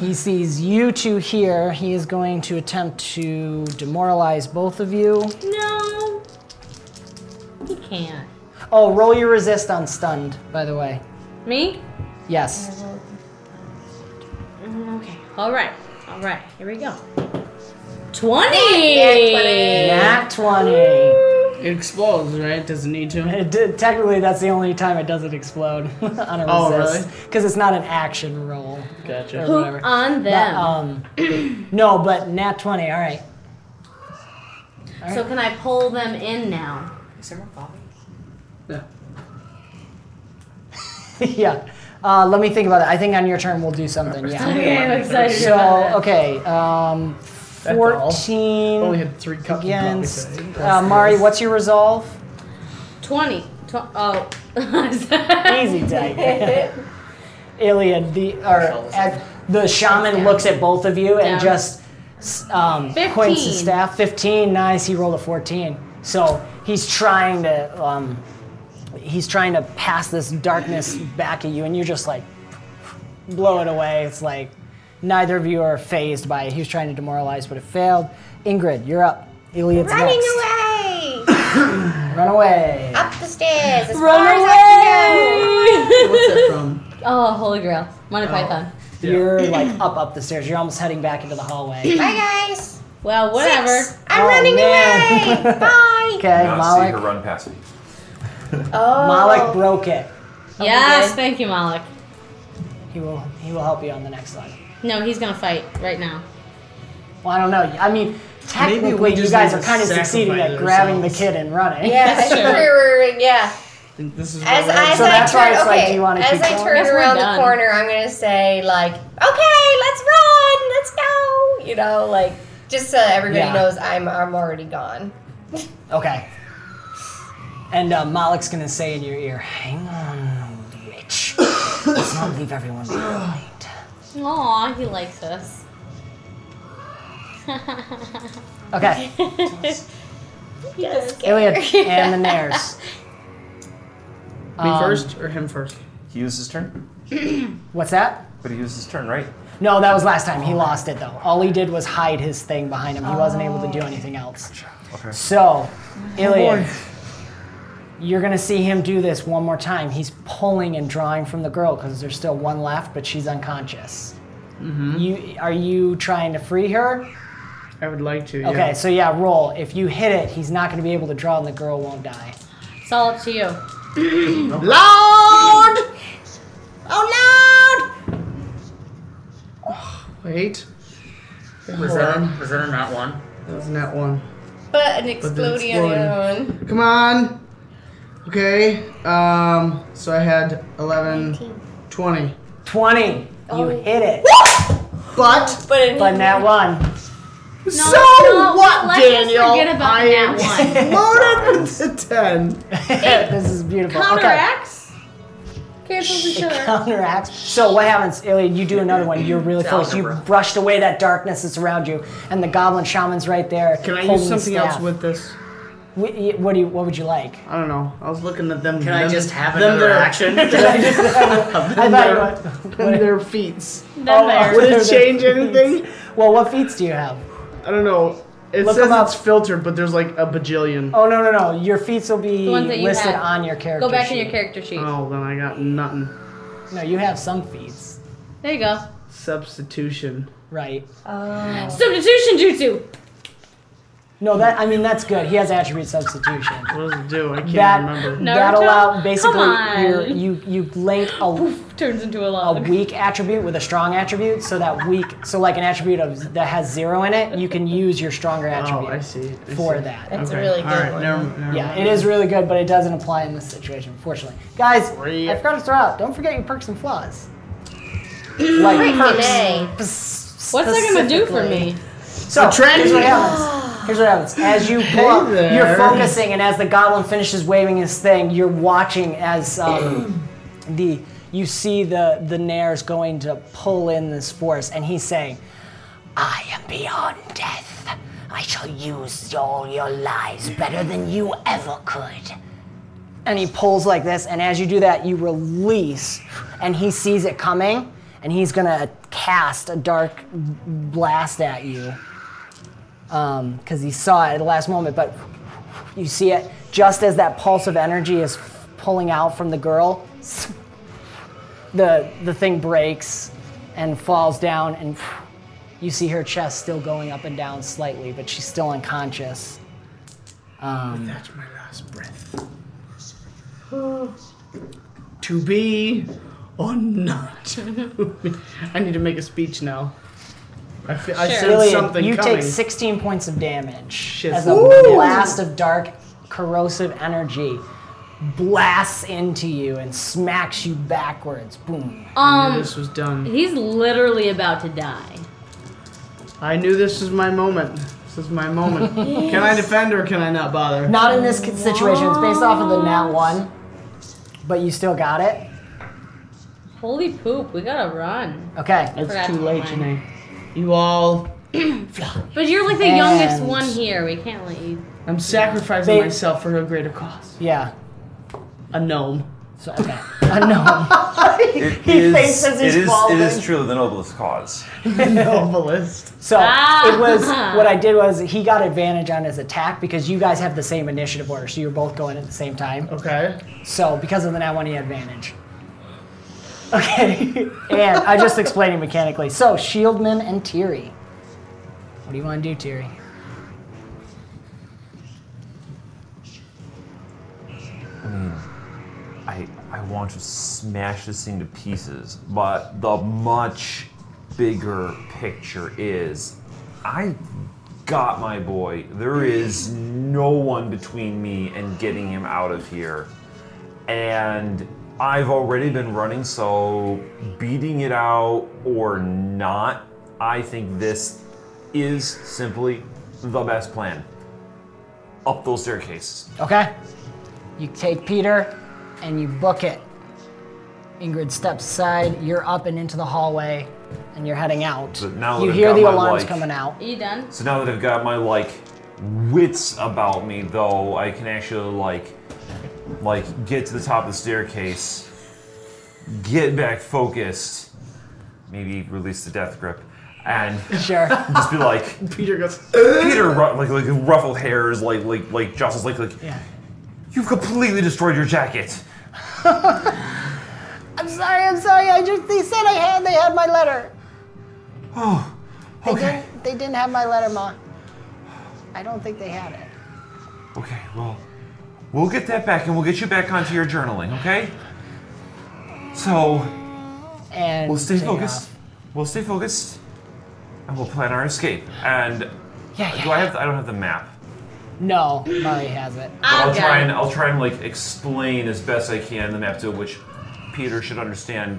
Speaker 3: He sees you two here. He is going to attempt to demoralize both of you.
Speaker 9: No, he can't.
Speaker 3: Oh, roll your resist on stunned, by the way.
Speaker 9: Me?
Speaker 3: Yes.
Speaker 9: Mm, Okay. All right. All right. Here we go. Twenty.
Speaker 3: Nat 20.
Speaker 4: It explodes, right? Doesn't need to.
Speaker 3: It did, technically, that's the only time it doesn't explode on a
Speaker 4: Oh,
Speaker 3: resist. Because it's not an action roll.
Speaker 4: Gotcha.
Speaker 3: Or
Speaker 9: Poop
Speaker 3: whatever.
Speaker 9: on them.
Speaker 3: Um, no, but nat 20, all right.
Speaker 9: so can I pull them in now?
Speaker 8: Is there more Bobby?
Speaker 3: yeah. Uh, let me think about it. I think on your turn we'll do something, yeah.
Speaker 9: Okay, I'm excited
Speaker 3: So,
Speaker 9: about that.
Speaker 3: okay, um,
Speaker 4: That's all. Only
Speaker 3: 14
Speaker 4: had three cups of
Speaker 3: against.
Speaker 4: coffee today.
Speaker 3: Uh, Mari, what's your resolve?
Speaker 9: Twenty. Tw- oh.
Speaker 3: Easy tight. Iliad, the or at, the shaman looks at both of you and
Speaker 9: Down.
Speaker 3: just s- um, points his
Speaker 9: 15.
Speaker 3: staff. Fifteen, nice. He rolled a fourteen, so he's trying to um, he's trying to pass this darkness back at you, and you're just like blow it away. It's like neither of you are phased by it. He was trying to demoralize, but it failed. Ingrid, you're up. Iliad's
Speaker 5: Running
Speaker 3: next.
Speaker 5: away
Speaker 3: Run away.
Speaker 5: up the stairs. As
Speaker 9: Run
Speaker 5: far As I can
Speaker 9: away!
Speaker 4: What's that from?
Speaker 9: Oh, Holy Grail, Monty
Speaker 3: Oh.
Speaker 9: Python.
Speaker 3: You're like up, up the stairs. You're almost heading back into the hallway.
Speaker 9: Bye,
Speaker 7: guys.
Speaker 9: Well, whatever.
Speaker 7: I'm running
Speaker 3: Oh, man.
Speaker 7: away. Bye.
Speaker 3: Okay,
Speaker 6: Not see her
Speaker 3: Malik.
Speaker 6: run past me.
Speaker 3: Malik
Speaker 7: Oh.
Speaker 3: broke it.
Speaker 9: Yes,
Speaker 3: Okay.
Speaker 9: thank you, Malik.
Speaker 3: He will. He will help you on the next one.
Speaker 9: No, he's gonna fight right now.
Speaker 3: Well, I don't know. I
Speaker 4: Maybe
Speaker 3: mean,
Speaker 4: we
Speaker 3: technically, you
Speaker 4: just
Speaker 3: guys
Speaker 4: need
Speaker 3: are
Speaker 4: to
Speaker 3: kind of succeeding at
Speaker 4: sacrifice
Speaker 3: grabbing the
Speaker 4: ourselves.
Speaker 3: kid and running.
Speaker 7: Yeah, I think we were- yeah.
Speaker 4: This is
Speaker 7: As,
Speaker 3: Right.
Speaker 7: as
Speaker 3: So
Speaker 7: I
Speaker 3: that's
Speaker 7: turn,
Speaker 3: why it's like,
Speaker 7: okay,
Speaker 3: do you wanna
Speaker 7: as
Speaker 3: keep
Speaker 7: I
Speaker 3: going?
Speaker 7: turn
Speaker 3: Yes, we're
Speaker 7: around
Speaker 3: done.
Speaker 7: the corner, I'm gonna say like, okay, let's run, let's go. You know, like just so everybody
Speaker 3: Yeah.
Speaker 7: knows I'm I'm already gone.
Speaker 3: Okay. And uh, Malik's gonna say in your ear, "Hang on, old witch. Let's not leave everyone behind."
Speaker 9: Aw, he likes us.
Speaker 3: Okay.
Speaker 7: Yes.
Speaker 3: Iliad and the Nairs.
Speaker 10: Me
Speaker 3: Um,
Speaker 10: first
Speaker 4: or him first?
Speaker 10: He used his turn,
Speaker 3: What's that?
Speaker 10: but he used his turn, right?
Speaker 3: No, that was last time. He lost it though. All he did was hide his thing behind him. He wasn't able to do anything else.
Speaker 10: Okay.
Speaker 3: So, Iliad,
Speaker 10: boy.
Speaker 3: you're gonna see him do this one more time. He's pulling and drawing from the girl because there's still one left, but she's unconscious. You are you trying to free her?
Speaker 4: I would like to.
Speaker 3: Okay,
Speaker 4: yeah.
Speaker 3: so yeah, roll. If you hit it, he's not gonna be able to draw, and the girl won't die.
Speaker 9: It's all up to you.
Speaker 4: Lord!
Speaker 7: Oh
Speaker 4: Wait.
Speaker 8: Was that, a, was that a not one?
Speaker 4: That was not one.
Speaker 7: Lord! But an
Speaker 4: But then
Speaker 7: exploding on the other
Speaker 4: exploding.
Speaker 7: one.
Speaker 4: Come on. Okay. Um. So I had 11, 20.
Speaker 3: 20. You hit it.
Speaker 4: But
Speaker 7: But an
Speaker 3: But that one.
Speaker 4: so
Speaker 9: no,
Speaker 4: what,
Speaker 9: let's just
Speaker 4: Daniel?
Speaker 9: forget about
Speaker 4: I
Speaker 9: that
Speaker 4: am loaded with the ten.
Speaker 3: this is beautiful. Okay.
Speaker 9: Counteracts? Cancels each
Speaker 3: It
Speaker 9: other.
Speaker 3: counteracts. So what happens, Iliad? You do another one. You're really close. You
Speaker 8: algebra.
Speaker 3: brushed away that darkness that's around you, and the goblin shaman's right there.
Speaker 4: Can I
Speaker 3: holding
Speaker 4: use
Speaker 3: the
Speaker 4: something else
Speaker 3: staff.
Speaker 4: with this?
Speaker 3: What, y- what do you? What would you like?
Speaker 4: I don't know. I was looking at them.
Speaker 8: Can I
Speaker 4: them-
Speaker 8: just have
Speaker 4: them
Speaker 8: another
Speaker 4: their-
Speaker 8: action?
Speaker 3: I thought you
Speaker 4: Them
Speaker 3: went-
Speaker 4: their, them their feats.
Speaker 3: Oh,
Speaker 9: Then there.
Speaker 4: Would it change anything?
Speaker 3: Well, what feats do you have?
Speaker 4: I don't know. It
Speaker 3: Look
Speaker 4: says
Speaker 3: them up.
Speaker 4: it's filtered, but there's like a bajillion.
Speaker 3: Oh no no no! Your feats will be
Speaker 9: The ones that you
Speaker 3: listed
Speaker 9: had.
Speaker 3: on your character.
Speaker 9: Go back in
Speaker 3: sheet.
Speaker 9: your character sheet.
Speaker 4: Oh, then I got nothing.
Speaker 3: No, you have some feats,
Speaker 9: There you go.
Speaker 4: Substitution.
Speaker 3: right?
Speaker 9: Substitution jutsu.
Speaker 3: No, that I mean that's good. He has attribute substitution.
Speaker 4: What does it do? I can't
Speaker 3: That
Speaker 4: remember.
Speaker 3: that
Speaker 9: Naruto?
Speaker 3: allow basically
Speaker 9: Come on.
Speaker 3: your- you you link a
Speaker 9: Turns into a
Speaker 3: a
Speaker 9: log.
Speaker 3: weak attribute with a strong attribute. So that weak, so like an attribute of that has zero in it, you can use your stronger
Speaker 4: Oh,
Speaker 3: attribute
Speaker 4: I see. I
Speaker 3: for
Speaker 4: see.
Speaker 3: that.
Speaker 7: That's
Speaker 4: Okay,
Speaker 7: a really
Speaker 4: all
Speaker 7: good
Speaker 4: right,
Speaker 7: one.
Speaker 4: never- never
Speaker 3: Yeah,
Speaker 4: mind.
Speaker 3: it is really good, but it doesn't apply in this situation, unfortunately. Guys,
Speaker 4: Great.
Speaker 3: I forgot to throw out. Don't forget your perks and flaws. like
Speaker 7: Nay.
Speaker 3: perks.
Speaker 9: What's that gonna do for me?
Speaker 3: So here's what happens. Here's what happens. As you pull up,
Speaker 4: there.
Speaker 3: you're focusing, and as the goblin finishes waving his thing, you're watching as um, the you see the the Nair's going to pull in this force, and he's saying, "I am beyond death. I shall use all your lives better than you ever could." And he pulls like this, and as you do that, you release, and he sees it coming, and he's gonna cast a dark blast at you because he Um, saw it at the last moment, but you see it just as that pulse of energy is pulling out from the girl. The, the thing breaks and falls down, and you see her chest still going up and down slightly, but she's still unconscious.
Speaker 4: That's my last breath. to be or not. to be. I need to make a speech now. I, fe- I sense
Speaker 3: Iliad,
Speaker 4: something
Speaker 3: you
Speaker 4: coming.
Speaker 3: take 16 points of damage
Speaker 4: Shit.
Speaker 3: as a
Speaker 4: Ooh.
Speaker 3: blast of dark, corrosive energy blasts into you and smacks you backwards. Boom.
Speaker 4: I knew
Speaker 9: Um,
Speaker 4: this was done.
Speaker 9: he's literally about to die.
Speaker 4: I knew this was my moment. This is my moment. Can I defend or can I not bother?
Speaker 3: Not in this ki- situation. It's based off of the nat one, but you still got it.
Speaker 9: Holy poop, we gotta run.
Speaker 3: Okay.
Speaker 4: It's too
Speaker 9: Correct.
Speaker 4: late, Janae. You all.
Speaker 9: But you're like the
Speaker 3: And-
Speaker 9: youngest one here. We can't let you.
Speaker 4: I'm sacrificing
Speaker 3: They-
Speaker 4: myself for a greater cause.
Speaker 3: Yeah.
Speaker 4: A gnome.
Speaker 3: So okay. A gnome.
Speaker 10: It
Speaker 3: He
Speaker 10: is.
Speaker 3: faces his
Speaker 10: it is. It
Speaker 3: balding.
Speaker 10: is truly the noblest cause.
Speaker 4: Oh. Novelist.
Speaker 3: So
Speaker 9: Ah.
Speaker 3: it was what I did was he got advantage on his attack because you guys have the same initiative order, so you're both going at the same time.
Speaker 4: Okay.
Speaker 3: So because of the nat one, he had advantage. Okay. and I just explained it mechanically. So, Shieldman and Teary. What do you want to do, Teary?
Speaker 6: I mean, I I want to smash this thing to pieces, but the much bigger picture is I got my boy. There is no one between me and getting him out of here. And I've already been running, so beating it out or not, I think this is simply the best plan. Up those staircases.
Speaker 3: Okay. You take Peter and you book it. Ingrid steps aside. You're up and into the hallway, and you're heading out.
Speaker 6: So now that
Speaker 3: you
Speaker 6: I've
Speaker 3: hear
Speaker 6: got
Speaker 3: the
Speaker 6: my
Speaker 3: alarms
Speaker 6: life-
Speaker 3: coming out.
Speaker 9: Are you done?
Speaker 6: So now that I've got my like wits about me, though, I can actually like like get to the top of the staircase, get back focused, maybe release the death grip, and
Speaker 3: Sure.
Speaker 6: just be like
Speaker 4: Peter goes.
Speaker 6: Peter, ru- like like ruffle hairs, like like like jostles, like like
Speaker 3: Yeah.
Speaker 6: you've completely destroyed your jacket.
Speaker 3: I'm sorry. I'm sorry. I just they said I had. They had my letter.
Speaker 6: Oh. Okay.
Speaker 3: They didn't have my letter, Ma. I don't think they had it.
Speaker 6: Okay. Well, we'll get that back, and we'll get you back onto your journaling. Okay. So.
Speaker 3: And
Speaker 6: We'll stay
Speaker 3: take
Speaker 6: focused. We'll stay focused, and we'll plan our escape. And
Speaker 3: Yeah,
Speaker 6: do I have? I don't have the map,
Speaker 3: off. No, Molly has it.
Speaker 6: but I'll try and I'll try and like explain as best I can the map to which Peter should understand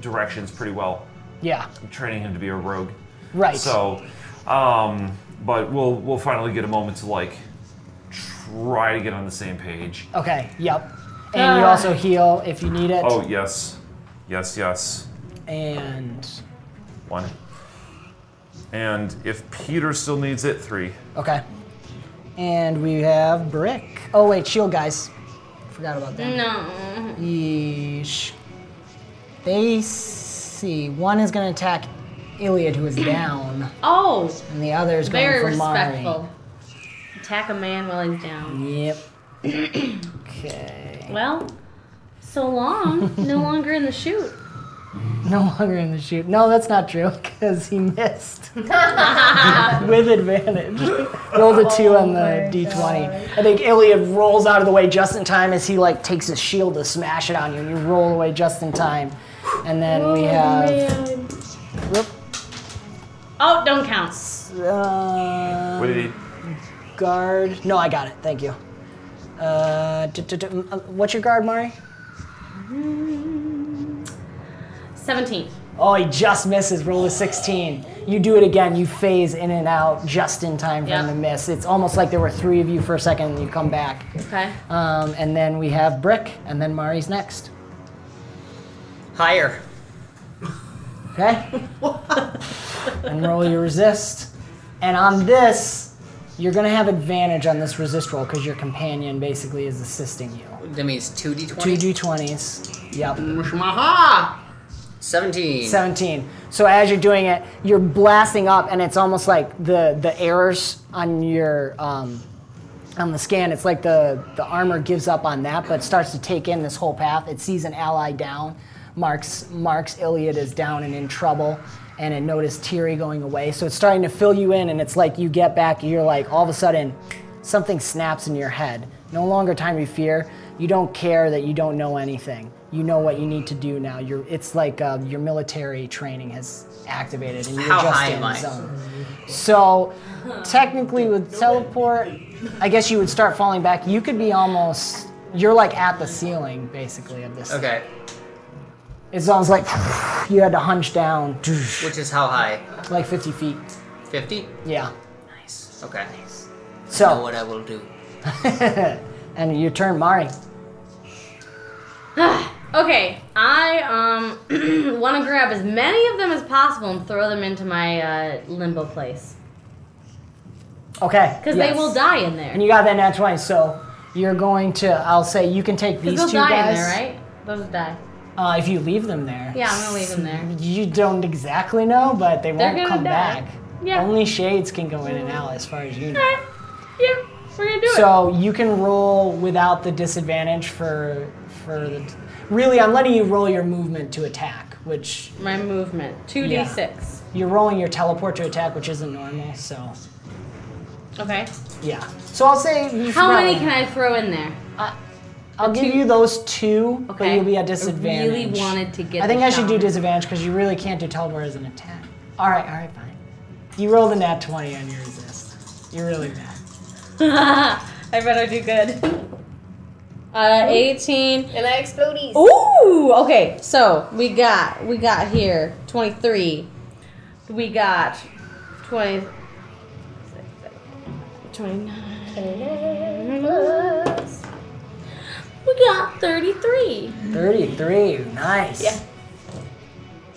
Speaker 6: directions pretty well.
Speaker 3: Yeah.
Speaker 6: I'm training him to be a rogue.
Speaker 3: Right.
Speaker 6: So, um, but we'll we'll finally get a moment to like try to get on the same page.
Speaker 3: Okay. Yep. And you
Speaker 9: Ah.
Speaker 3: also heal if you need it.
Speaker 6: Oh yes, yes yes.
Speaker 3: And
Speaker 6: One. And if Peter still needs it, three.
Speaker 3: okay. And we have brick. Oh wait, shield guys. Forgot about that.
Speaker 9: No. Mm.
Speaker 3: Yeesh. They see one is going to attack Iliad, who is down,
Speaker 9: Oh,
Speaker 3: and the other is going
Speaker 9: very
Speaker 3: for Mari.
Speaker 9: respectful. Attack a man while he's down.
Speaker 3: Yep. okay.
Speaker 9: Well, so long. no longer in the shoot.
Speaker 3: No longer in the shoot. No, that's not true because he missed with advantage. Rolled a
Speaker 9: Oh
Speaker 3: two on the d20. I think Iliad rolls out of the way just in time as he like takes his shield to smash it on you, and you roll away just in time. And then we have Whoop.
Speaker 9: Oh, don't count.
Speaker 3: uh,
Speaker 6: What did he?
Speaker 3: guard. No, I got it. Thank you. Uh, d- d- d- m- uh, what's your guard, Mari?
Speaker 9: 17.
Speaker 3: Oh, he just misses. Roll a 16. You do it again. You phase in and out just in time for him
Speaker 9: Yeah.
Speaker 3: to miss. It's almost like there were three of you for a second and you come back.
Speaker 9: Okay.
Speaker 3: Um, and then we have Brick, and then Mari's next.
Speaker 8: Higher.
Speaker 3: Okay? and roll your resist. And on this, you're going to have advantage on this resist roll because your companion basically is assisting you.
Speaker 8: That means 2d20.
Speaker 3: Two d20s. Yep.
Speaker 4: Aha!
Speaker 8: 17.
Speaker 3: 17. So as you're doing it, you're blasting up, and it's almost like the the errors on your um, on the scan. It's like the the armor gives up on that, but starts to take in this whole path. It sees an ally down. Marks marks Iliad is down and in trouble, and it noticed Tiri going away. So it's starting to fill you in, and it's like you get back. You're like all of a sudden, something snaps in your head. No longer time you fear. You don't care that you don't know anything. You know what you need to do now. You're, it's like uh, your military training has activated, and you're
Speaker 8: How
Speaker 3: just
Speaker 8: high
Speaker 3: in
Speaker 8: am I?
Speaker 3: zone. So, technically, with teleport, I guess you would start falling back. You could be almost. You're like at the ceiling, basically, of this.
Speaker 8: Okay.
Speaker 3: It's almost like you had to hunch down,
Speaker 8: Which is how high?
Speaker 3: like 50 feet.
Speaker 8: 50?
Speaker 3: Yeah.
Speaker 8: Nice. Okay.
Speaker 3: So.
Speaker 8: Know what I will do.
Speaker 3: and your turn, Mari.
Speaker 9: Okay, I um want to grab as many of them as possible and throw them into my uh, limbo place
Speaker 3: Okay.
Speaker 9: because
Speaker 3: yes.
Speaker 9: they will die in there.
Speaker 3: And you got that nat 20, so you're going to, I'll say, you can take
Speaker 9: 'Cause
Speaker 3: these
Speaker 9: they'll
Speaker 3: two
Speaker 9: die
Speaker 3: guys.
Speaker 9: in there, right? Those die.
Speaker 3: Uh, if you leave them there.
Speaker 9: Yeah, I'm gonna leave them there.
Speaker 3: You don't exactly know, but they
Speaker 9: They're
Speaker 3: won't
Speaker 9: gonna
Speaker 3: come
Speaker 9: die.
Speaker 3: back.
Speaker 9: Yeah.
Speaker 3: Only shades can go in and out, as far as you know.
Speaker 9: Alright. Yeah, we're gonna do it.
Speaker 3: So you can roll without the disadvantage for for the. really, I'm letting you roll your movement to attack, which
Speaker 9: my movement 2d6.
Speaker 3: You're rolling your teleport to attack, which isn't normal. So
Speaker 9: Okay.
Speaker 3: yeah. So I'll say.
Speaker 9: How many can I throw in there?
Speaker 3: I'll give you those two, but
Speaker 9: Okay.
Speaker 3: you'll be
Speaker 9: I
Speaker 3: at disadvantage.
Speaker 9: really wanted to get
Speaker 3: I think
Speaker 9: the
Speaker 3: I should do
Speaker 9: shot.
Speaker 3: disadvantage because you really can't do teleport as an attack. All right, all right, fine. You rolled a nat twenty on your resist. You're really bad.
Speaker 9: I better do good. Uh, 18.
Speaker 5: And I explodies.
Speaker 3: Oh,
Speaker 9: Ooh. Okay. So we got we got here twenty three. We got 20, 29. We got thirty three.
Speaker 3: Thirty-three. Nice.
Speaker 9: Yeah.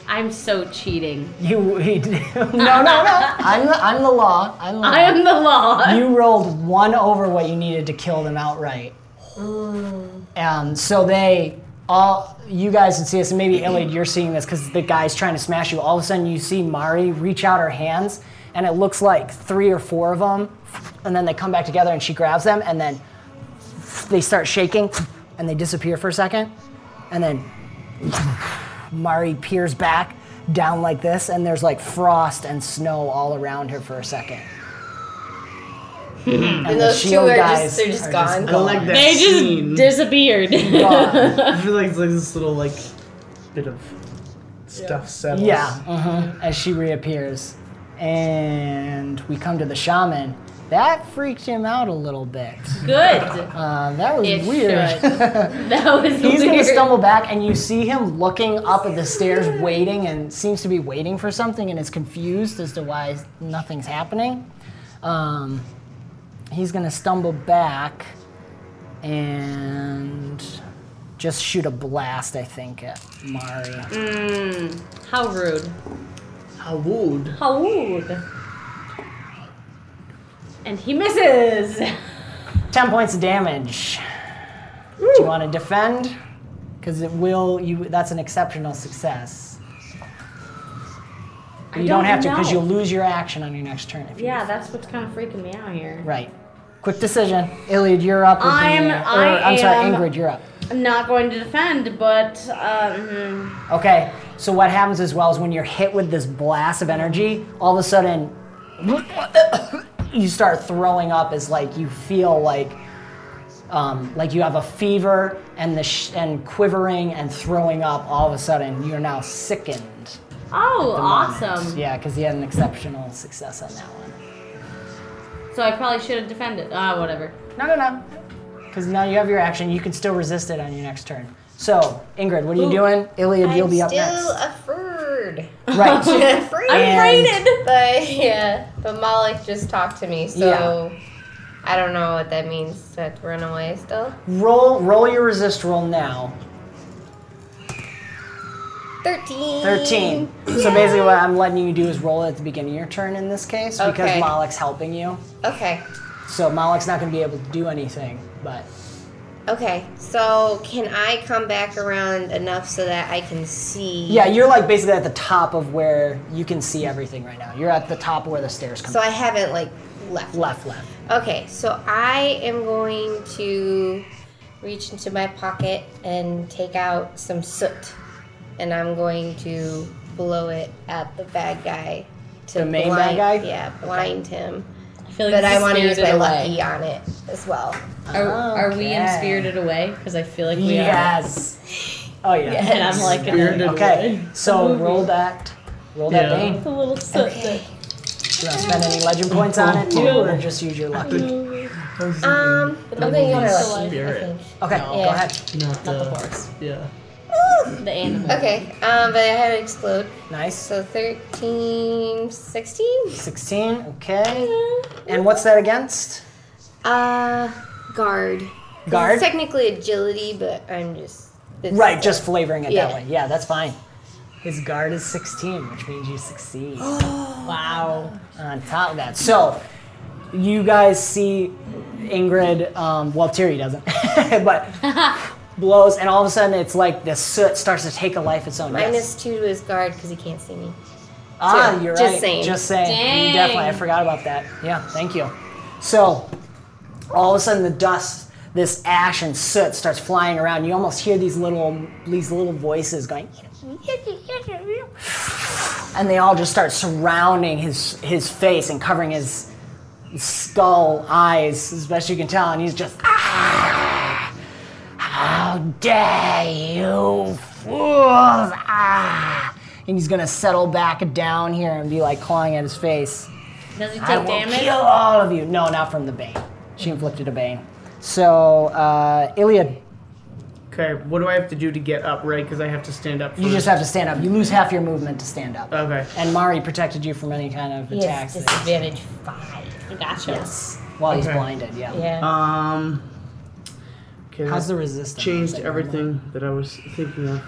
Speaker 9: I'm so cheating.
Speaker 3: You. We, no, no, no. I'm the, I'm the law. I'm the law.
Speaker 9: I am the law.
Speaker 3: You rolled one over what you needed to kill them outright. Um, so they all you guys can see this, and maybe Iliad, you're seeing this because the guy's trying to smash you. All of a sudden, you see Mari reach out her hands, and it looks like three or four of them, and then they come back together, and she grabs them, and then they start shaking, and they disappear for a second, and then Mari peers back down like this, and there's like frost and snow all around her for a second.
Speaker 5: And
Speaker 3: the
Speaker 5: those two
Speaker 3: shield
Speaker 5: are
Speaker 3: guys
Speaker 5: just, they're just
Speaker 3: are
Speaker 5: gone.
Speaker 3: just gone. I like that
Speaker 9: They just
Speaker 4: scene.
Speaker 9: disappeared.
Speaker 4: I feel like it's like this little like bit of stuff settles.
Speaker 3: Yeah, uh as she reappears. And we come to the shaman. That freaked him out a little bit.
Speaker 9: Good.
Speaker 3: Uh, that was
Speaker 9: It
Speaker 3: weird.
Speaker 9: should. That was
Speaker 3: He's
Speaker 9: weird.
Speaker 3: gonna stumble back, and you see him looking up at the stairs, waiting, and seems to be waiting for something, and is confused as to why nothing's happening. Um, he's gonna stumble back and just shoot a blast, I think, at Mari.
Speaker 9: Mm, how rude.
Speaker 4: How would?
Speaker 9: How rude. And he misses.
Speaker 3: 10 points of damage. Do you want to defend? Because it will, you, that's an exceptional success.
Speaker 9: I
Speaker 3: you don't,
Speaker 9: don't
Speaker 3: have to, because
Speaker 9: know.
Speaker 3: you'll lose your action on your next turn. If you,
Speaker 9: Yeah, that's what's kind of freaking me out here.
Speaker 3: Right. Quick decision. Iliad, you're up. with the,
Speaker 9: I'm-
Speaker 3: uh,
Speaker 9: I
Speaker 3: or, I'm sorry,
Speaker 9: am-
Speaker 3: Ingrid, you're up.
Speaker 9: I'm not going to defend, but um,
Speaker 3: Okay, so what happens as well is when you're hit with this blast of energy, all of a sudden you start throwing up as like you feel like um, like you have a fever and the sh- and quivering and throwing up. All of a sudden, you're now sickened.
Speaker 9: oh,
Speaker 3: at the moment.
Speaker 9: awesome.
Speaker 3: Yeah, because he had an exceptional success on that one.
Speaker 9: So I probably should have defended. Ah, whatever.
Speaker 3: No, no, no. Because now you have your action. You can still resist it on your next turn. So, Ingrid, what are you
Speaker 5: Ooh.
Speaker 3: doing? Iliad, you'll be up
Speaker 5: still
Speaker 3: next.
Speaker 5: afraid.
Speaker 3: Right.
Speaker 5: afraid.
Speaker 3: And-
Speaker 5: But yeah, but Malik just talked to me, so I don't know what that means. Do I have to run away still?
Speaker 3: Roll, roll your resist roll now.
Speaker 5: Thirteen.
Speaker 3: 13. So basically, what I'm letting you do is roll it at the beginning of your turn in this case because
Speaker 5: Okay.
Speaker 3: Malak's helping you.
Speaker 5: Okay.
Speaker 3: So Malak's not going to be able to do anything, but
Speaker 5: Okay. So can I come back around enough so that I can see?
Speaker 3: yeah, you're like basically at the top of where you can see everything right now. You're at the top of where the stairs come.
Speaker 5: So I haven't like left.
Speaker 3: left, left.
Speaker 5: Okay. So I am going to reach into my pocket and take out some soot, and I'm going to blow it at the bad guy. To
Speaker 3: The main bad
Speaker 5: blind,
Speaker 3: guy?
Speaker 5: Yeah, blind him.
Speaker 9: I feel
Speaker 5: but
Speaker 9: this
Speaker 5: I
Speaker 9: is
Speaker 5: want to use my
Speaker 9: spirited away.
Speaker 5: lucky on it as well.
Speaker 9: Are, are we in
Speaker 3: Okay.
Speaker 9: Spirited Away? Because I feel like we
Speaker 3: Yes. Oh yeah.
Speaker 9: are. And I'm like,
Speaker 4: Spirited
Speaker 3: Okay. So roll that. Roll that
Speaker 4: Yeah.
Speaker 3: pain.
Speaker 9: it's a little soot.
Speaker 3: Do you want to spend any legend points on it too, or just use your luck? Okay, Mm-hmm.
Speaker 5: Um, I'm gonna use my lucky.
Speaker 4: Spirit.
Speaker 3: go ahead.
Speaker 4: Not
Speaker 9: Not the
Speaker 4: the.
Speaker 9: horse.
Speaker 4: Yeah.
Speaker 9: The animal.
Speaker 5: Okay, um, but I had to explode.
Speaker 3: Nice.
Speaker 5: So 13, 16?
Speaker 3: 16. Okay. And what's that against?
Speaker 5: Uh, guard. 'Cause
Speaker 3: Guard?
Speaker 5: It's technically agility, but I'm just. It's
Speaker 3: Right, just flavoring it that
Speaker 5: Yeah.
Speaker 3: way. Yeah, that's fine. His guard is 16, which means you succeed.
Speaker 9: Wow.
Speaker 3: on top of that. So, you guys see Ingrid, um, well, Terry doesn't, but blows, and all of a sudden it's like the soot starts to take a life of its own. Yes.
Speaker 5: Minus two to his guard because he can't see me.
Speaker 3: Ah,
Speaker 5: Two.
Speaker 3: you're
Speaker 5: Just
Speaker 3: right.
Speaker 5: saying.
Speaker 3: Just saying. You
Speaker 9: Dang.
Speaker 3: Definitely, I forgot about that. Yeah, thank you. So, all of a sudden, the dust this ash and soot starts flying around. You almost hear these little these little voices going, and they all just start surrounding his his face and covering his skull eyes as best you can tell, and he's just "Ah, how dare you fools! Ah!" And he's gonna settle back down here and be like clawing at his face.
Speaker 9: Does he
Speaker 3: I
Speaker 9: take
Speaker 3: will
Speaker 9: damage?
Speaker 3: kill all of you. No, not from the bane. She inflicted a bane. So, uh, Iliad,
Speaker 4: Okay, what do I have to do to get up, right? Because I have to stand up.
Speaker 3: you
Speaker 4: first.
Speaker 3: just have to stand up. You lose half your movement to stand up.
Speaker 4: Okay.
Speaker 3: And Mari protected you from any kind of
Speaker 5: He has
Speaker 3: attacks. that-
Speaker 5: disadvantage five. Gotcha.
Speaker 3: Yes. While he's
Speaker 4: Okay.
Speaker 3: blinded, yeah.
Speaker 5: Yeah.
Speaker 4: Um. Okay,
Speaker 3: How's
Speaker 4: that
Speaker 3: the resistance?
Speaker 4: Changed
Speaker 3: Is it
Speaker 4: everything that I was thinking of.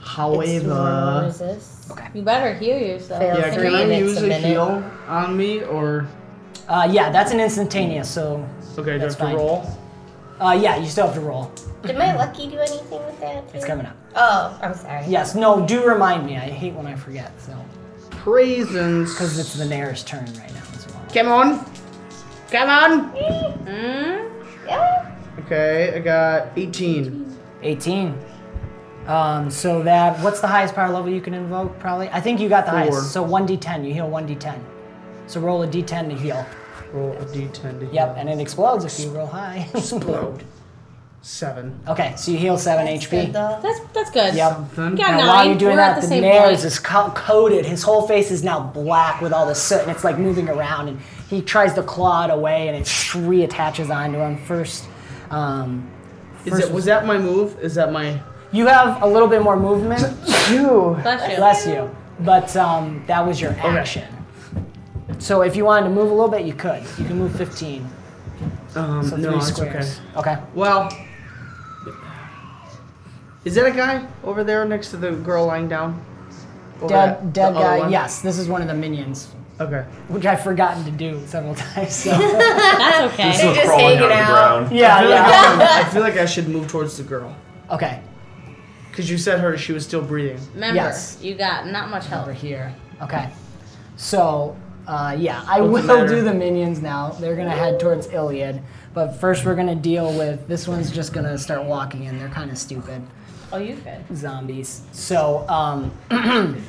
Speaker 5: It's normal
Speaker 4: However,
Speaker 5: resist. Okay.
Speaker 9: You better heal yourself.
Speaker 5: Fail.
Speaker 4: yeah,
Speaker 5: Three
Speaker 4: can I
Speaker 5: minutes,
Speaker 4: use
Speaker 5: a
Speaker 4: a
Speaker 5: minute.
Speaker 4: heal on me or?
Speaker 3: Uh, yeah, that's an instantaneous, so.
Speaker 4: Okay, do I
Speaker 3: That's
Speaker 4: have to
Speaker 3: fine.
Speaker 4: roll?
Speaker 3: Uh, yeah, you still have to roll.
Speaker 5: Did my lucky do anything with that?
Speaker 3: It's coming up.
Speaker 5: Oh, I'm sorry.
Speaker 3: Yes, no, do remind me. I hate when I forget, so.
Speaker 4: Raisins.
Speaker 3: Because it's the Nair's turn right now as well.
Speaker 4: Come on, come on.
Speaker 5: Hmm? Yeah.
Speaker 4: Okay, I got 18.
Speaker 3: 18. Um, so that, what's the highest power level you can invoke, probably? I think you got the
Speaker 4: Four.
Speaker 3: highest. So 1d10, you heal 1d10. So roll a d10 to heal.
Speaker 4: Roll a d10 to heal.
Speaker 3: Yep, and it explodes if you roll high. Explode.
Speaker 4: Seven.
Speaker 3: okay, so you heal 7 HP.
Speaker 5: Good though.
Speaker 9: That's that's
Speaker 3: Yep.
Speaker 9: good. You
Speaker 4: Something.
Speaker 9: got
Speaker 3: And
Speaker 9: nine.
Speaker 3: while you're doing
Speaker 9: We're
Speaker 3: that,
Speaker 9: at the
Speaker 3: the,
Speaker 9: same
Speaker 3: nares
Speaker 9: point.
Speaker 3: is co- coated. His whole face is now black with all the soot, and it's like moving around. And he tries to claw it away, and it reattaches onto him first. Um,
Speaker 4: Is it, was that my move? Is that my?
Speaker 3: you have a little bit more movement.
Speaker 4: You.
Speaker 9: Bless you.
Speaker 3: Bless you. But um, that was your action. So if you wanted to move a little bit, you could. You can move 15.
Speaker 4: Um,
Speaker 3: So
Speaker 4: no,
Speaker 3: three
Speaker 4: it's
Speaker 3: squares.
Speaker 4: okay.
Speaker 3: Okay.
Speaker 4: Well, is that a guy over there next to the girl lying down? Or that- the
Speaker 3: Dead, dead
Speaker 4: other
Speaker 3: guy.
Speaker 4: one?
Speaker 3: Yes, this is one of the minions,
Speaker 4: Okay.
Speaker 3: which I've forgotten to do several times. So.
Speaker 9: That's okay.
Speaker 6: Still crawling out of the ground.
Speaker 3: yeah, yeah.
Speaker 4: I feel like I should move towards the girl
Speaker 3: Okay.
Speaker 4: because you said her she was still breathing.
Speaker 9: Remember,
Speaker 3: Yes.
Speaker 9: you got not much help.
Speaker 3: over here. Okay. So, uh, yeah, I
Speaker 4: Doesn't
Speaker 3: will
Speaker 4: matter.
Speaker 3: do the minions now. They're going to head towards Iliad. But first, we're going to deal with this one's just going to start walking in. They're kind of stupid
Speaker 9: Oh, you could.
Speaker 3: zombies. So, um,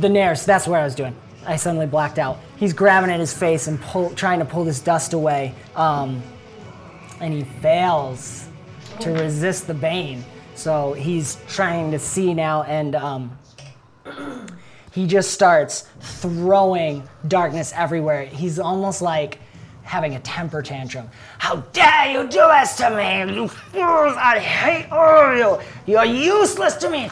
Speaker 3: the Nares, that's what I was doing. I suddenly blacked out. He's grabbing at his face and pull, trying to pull this dust away. Um, and he fails to
Speaker 9: Oh.
Speaker 3: resist the bane. So he's trying to see now, and um, he just starts throwing darkness everywhere. He's almost like having a temper tantrum. How dare you do this to me, you fools! I hate all of you! You're useless to me!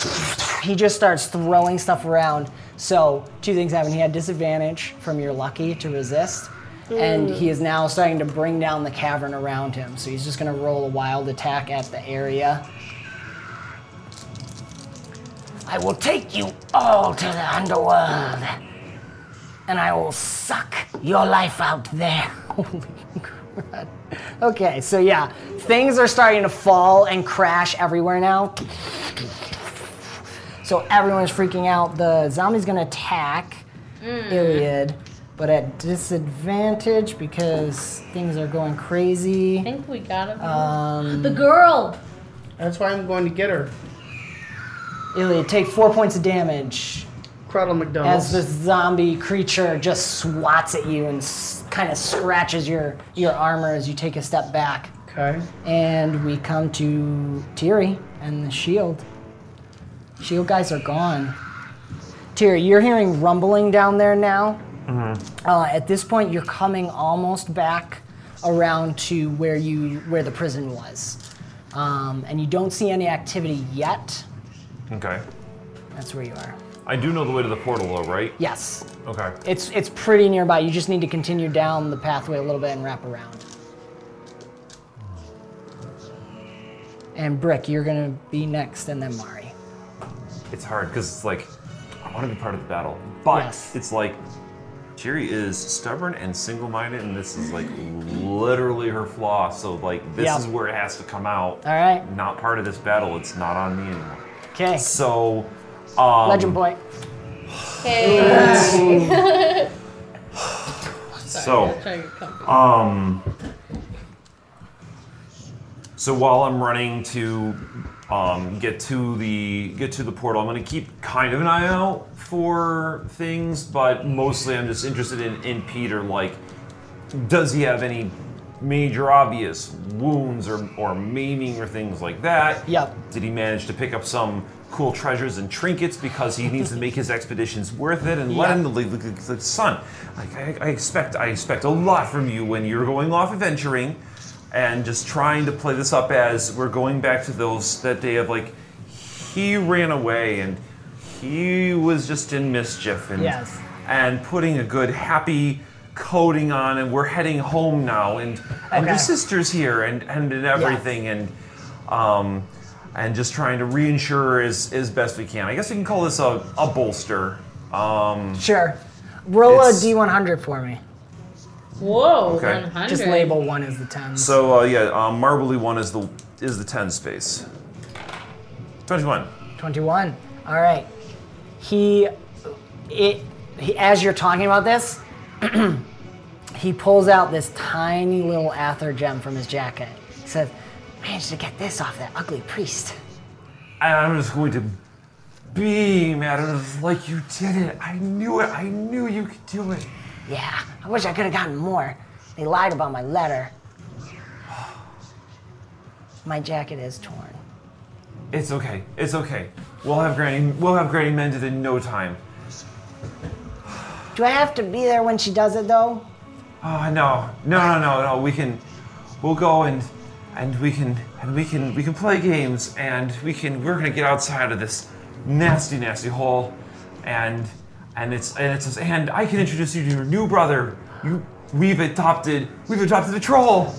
Speaker 3: He just starts throwing stuff around. So, two things happen. He had disadvantage from your lucky to resist, and he is now starting to bring down the cavern around him. So, he's just gonna roll a wild attack at the area. I will take you all to the underworld. And I will suck your life out there. Holy crud. Okay, so yeah, things are starting to fall and crash everywhere now. So everyone's freaking out. The zombie's gonna attack Iliad, but at disadvantage because things are going crazy.
Speaker 9: I think we got him.
Speaker 3: Um,
Speaker 9: the girl.
Speaker 4: That's why I'm going to get her.
Speaker 3: Iliad, take four points of damage.
Speaker 4: Cradle McDonald's.
Speaker 3: as this zombie creature just swats at you and s- kind of scratches your, your armor as you take a step back.
Speaker 4: okay.
Speaker 3: And we come to Tiri and the shield. Shield guys are gone. Tiri, you're hearing rumbling down there now. Uh, at this point, you're coming almost back around to where you where the prison was, um, and you don't see any activity yet.
Speaker 6: Okay.
Speaker 3: That's where you are.
Speaker 6: I do know the way to the portal though, right?
Speaker 3: Yes.
Speaker 6: Okay.
Speaker 3: It's it's pretty nearby. You just need to continue down the pathway a little bit and wrap around. And Brick, you're gonna be next, and then Mari.
Speaker 6: It's hard because it's like I want to be part of the battle, but
Speaker 3: Yes.
Speaker 6: it's like Jerry is stubborn and single-minded, and this is like literally her flaw. So like this
Speaker 3: Yeah.
Speaker 6: is where it has to come out.
Speaker 3: All right.
Speaker 6: Not part of this battle. It's not on me anymore.
Speaker 3: Okay.
Speaker 6: So, um,
Speaker 3: Legend boy.
Speaker 6: so
Speaker 9: Trying to come.
Speaker 6: um, So while I'm running to um, get to the get to the portal, I'm going to keep kind of an eye out for things, but mostly I'm just interested in, in Peter. Like, does he have any major obvious wounds or, or maiming or things like that?
Speaker 3: Yep.
Speaker 6: Did he manage to pick up some cool treasures and trinkets because he needs to make his expeditions worth it and let
Speaker 3: Yeah.
Speaker 6: him leave the, the, the sun? Like, I, I expect I expect a lot from you when you're going off adventuring, and just trying to play this up as we're going back to those that day of like he ran away and he was just in mischief and
Speaker 3: Yes.
Speaker 6: and putting a good happy coating on and we're heading home now and and your
Speaker 3: Okay.
Speaker 6: sister's here and and, and everything and um and just trying to reinsure as as best we can. I guess we can call this a, a bolster. Um
Speaker 3: Sure. Roll
Speaker 6: It's-
Speaker 3: a D100 for me.
Speaker 9: Whoa,
Speaker 6: Okay.
Speaker 9: 100.
Speaker 3: Just label one as the 10.
Speaker 6: so uh, yeah, um, marbly one is the is the ten space. Twenty one.
Speaker 3: 21. All right. He, it, he, as you're talking about this, he pulls out this tiny little Ather gem from his jacket. He says, managed to get this off that ugly priest.
Speaker 6: And I'm just going to beam at him just like you did it. I knew it. I knew you could do it.
Speaker 3: Yeah, I wish I could have gotten more. They lied about my letter. My jacket is torn.
Speaker 6: It's okay. It's okay. We'll have Granny. We'll have Granny mended in no time.
Speaker 3: Do I have to be there when she does it, though?
Speaker 6: Oh no, no, no, no, no. We can. We'll go and and we can and we can we can play games and we can. We're gonna get outside of this nasty, nasty hole, and and it's and it's and I can introduce you to your new brother. You. We've adopted. We've adopted a troll.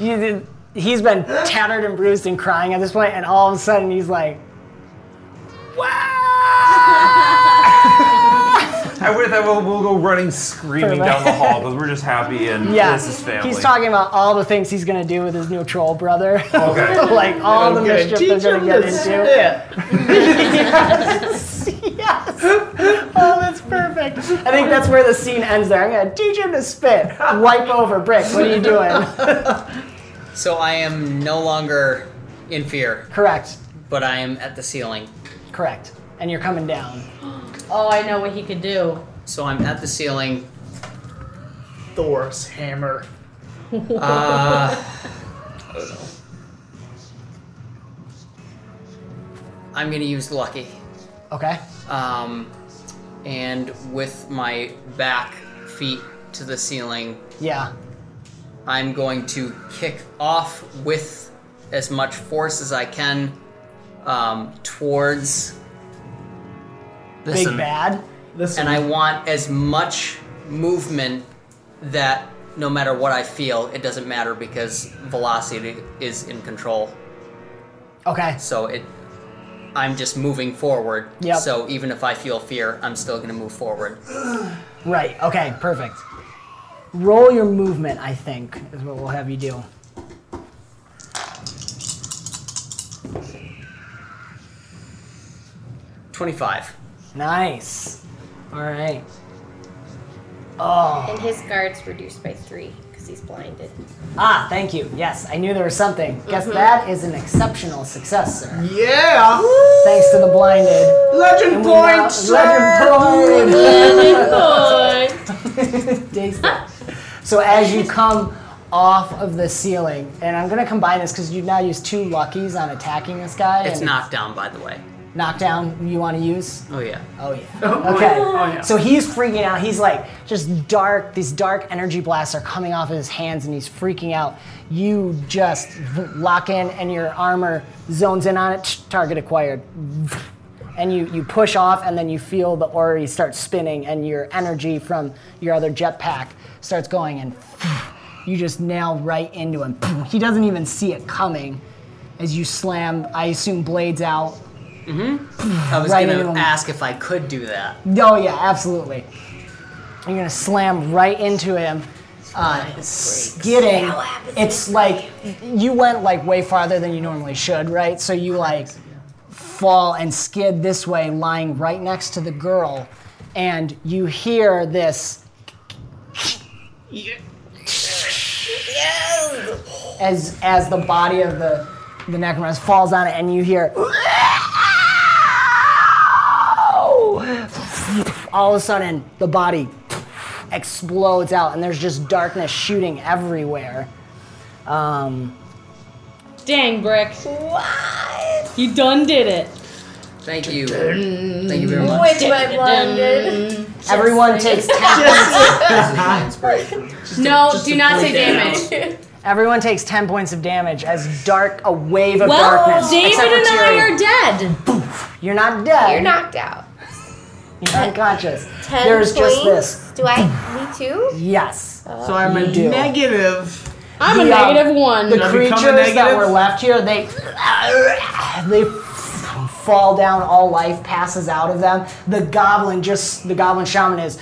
Speaker 3: You did, he's been tattered and bruised and crying at this point, and all of a sudden he's like,
Speaker 6: And with that, we'll, we'll go running screaming down the hall because we're just happy and
Speaker 3: yeah.
Speaker 6: this is family.
Speaker 3: He's talking about all the things he's gonna do with his new troll brother.
Speaker 6: Okay.
Speaker 3: like all the
Speaker 4: Okay,
Speaker 3: mischief
Speaker 4: teach
Speaker 3: they're
Speaker 4: him
Speaker 3: gonna get
Speaker 4: this.
Speaker 3: into.
Speaker 4: Yeah.
Speaker 3: yes. Yes. Oh, that's perfect. I think that's where the scene ends there. I'm gonna teach him to spit. Wipe over brick. What are you doing?
Speaker 8: So I am no longer in fear,
Speaker 3: Correct.
Speaker 8: but I am at the ceiling.
Speaker 3: Correct. And you're coming down.
Speaker 9: Oh, I know what he could do.
Speaker 8: So I'm at the ceiling.
Speaker 4: Thor's hammer.
Speaker 8: Uh, I'm gonna use lucky.
Speaker 3: Okay.
Speaker 8: Um, and with my back feet to the ceiling,
Speaker 3: Yeah.
Speaker 8: I'm going to kick off with as much force as I can um, towards this
Speaker 3: Big
Speaker 8: am-
Speaker 3: bad.
Speaker 4: This
Speaker 8: and I want as much movement that no matter what I feel, it doesn't matter because velocity is in control.
Speaker 3: Okay.
Speaker 8: So it, I'm just moving forward.
Speaker 3: Yep.
Speaker 8: So even if I feel fear, I'm still gonna move forward.
Speaker 3: Right. Okay. Perfect. Roll your movement. I think is what we'll have you do.
Speaker 8: Twenty-five.
Speaker 3: Nice. All right.
Speaker 5: And his guard's reduced by three because he's blinded.
Speaker 3: Ah, thank you. Yes, I knew there was something. Guess that is an exceptional success, sir.
Speaker 4: Yeah.
Speaker 3: Thanks to the blinded.
Speaker 4: Legend
Speaker 3: We now-
Speaker 4: point, sir.
Speaker 3: Legend point.
Speaker 9: Good.
Speaker 3: Days left. so as you come off of the ceiling, and I'm gonna combine this because you now use two luckies on attacking this guy.
Speaker 8: It's
Speaker 3: and
Speaker 8: knocked down, by the way.
Speaker 3: knockdown. You want to use?
Speaker 8: Oh yeah.
Speaker 3: Oh yeah. Okay.
Speaker 4: yeah.
Speaker 3: So he's freaking out. He's like just dark. These dark energy blasts are coming off of his hands, and he's freaking out. You just lock in, and your armor zones in on it. Target acquired. And you, you push off, and then you feel the Ori start spinning, and your energy from your other jetpack starts going, and you just nail right into him. He doesn't even see it coming as you slam, I assume, blades out
Speaker 8: I was
Speaker 3: Right into
Speaker 8: gonna
Speaker 3: him.
Speaker 8: ask if I could do that.
Speaker 3: Oh yeah, absolutely. You're gonna slam right into him, uh, skidding. It's like you went like way farther than you normally should, right? So you like fall and skid this way, lying right next to the girl, and you hear this as as the body of the the necromancer falls on it, and you hear all of a sudden the body explodes out, and there's just darkness shooting everywhere. Um,
Speaker 9: Dang, Brick. What? You done did it.
Speaker 8: Thank you. Thank you very much.
Speaker 7: With my blinded.
Speaker 3: everyone takes ten points.
Speaker 9: No, do not take damage.
Speaker 3: Everyone takes ten points of damage as dark a wave of
Speaker 9: Well,
Speaker 3: darkness.
Speaker 9: David
Speaker 3: except for
Speaker 9: and I
Speaker 3: Tyrion.
Speaker 9: are dead.
Speaker 3: You're not dead.
Speaker 5: You're knocked out.
Speaker 3: You're unconscious.
Speaker 5: Ten
Speaker 3: There's
Speaker 5: points.
Speaker 3: just this.
Speaker 5: Do I? Me too.
Speaker 3: Yes.
Speaker 4: So I'm a
Speaker 3: You do.
Speaker 4: negative.
Speaker 9: I'm a
Speaker 3: The, um,
Speaker 9: negative one.
Speaker 3: The
Speaker 4: I become a
Speaker 3: creatures that
Speaker 4: negative?
Speaker 3: were left here, they they fall down. All life passes out of them. The goblin, just the goblin shaman is.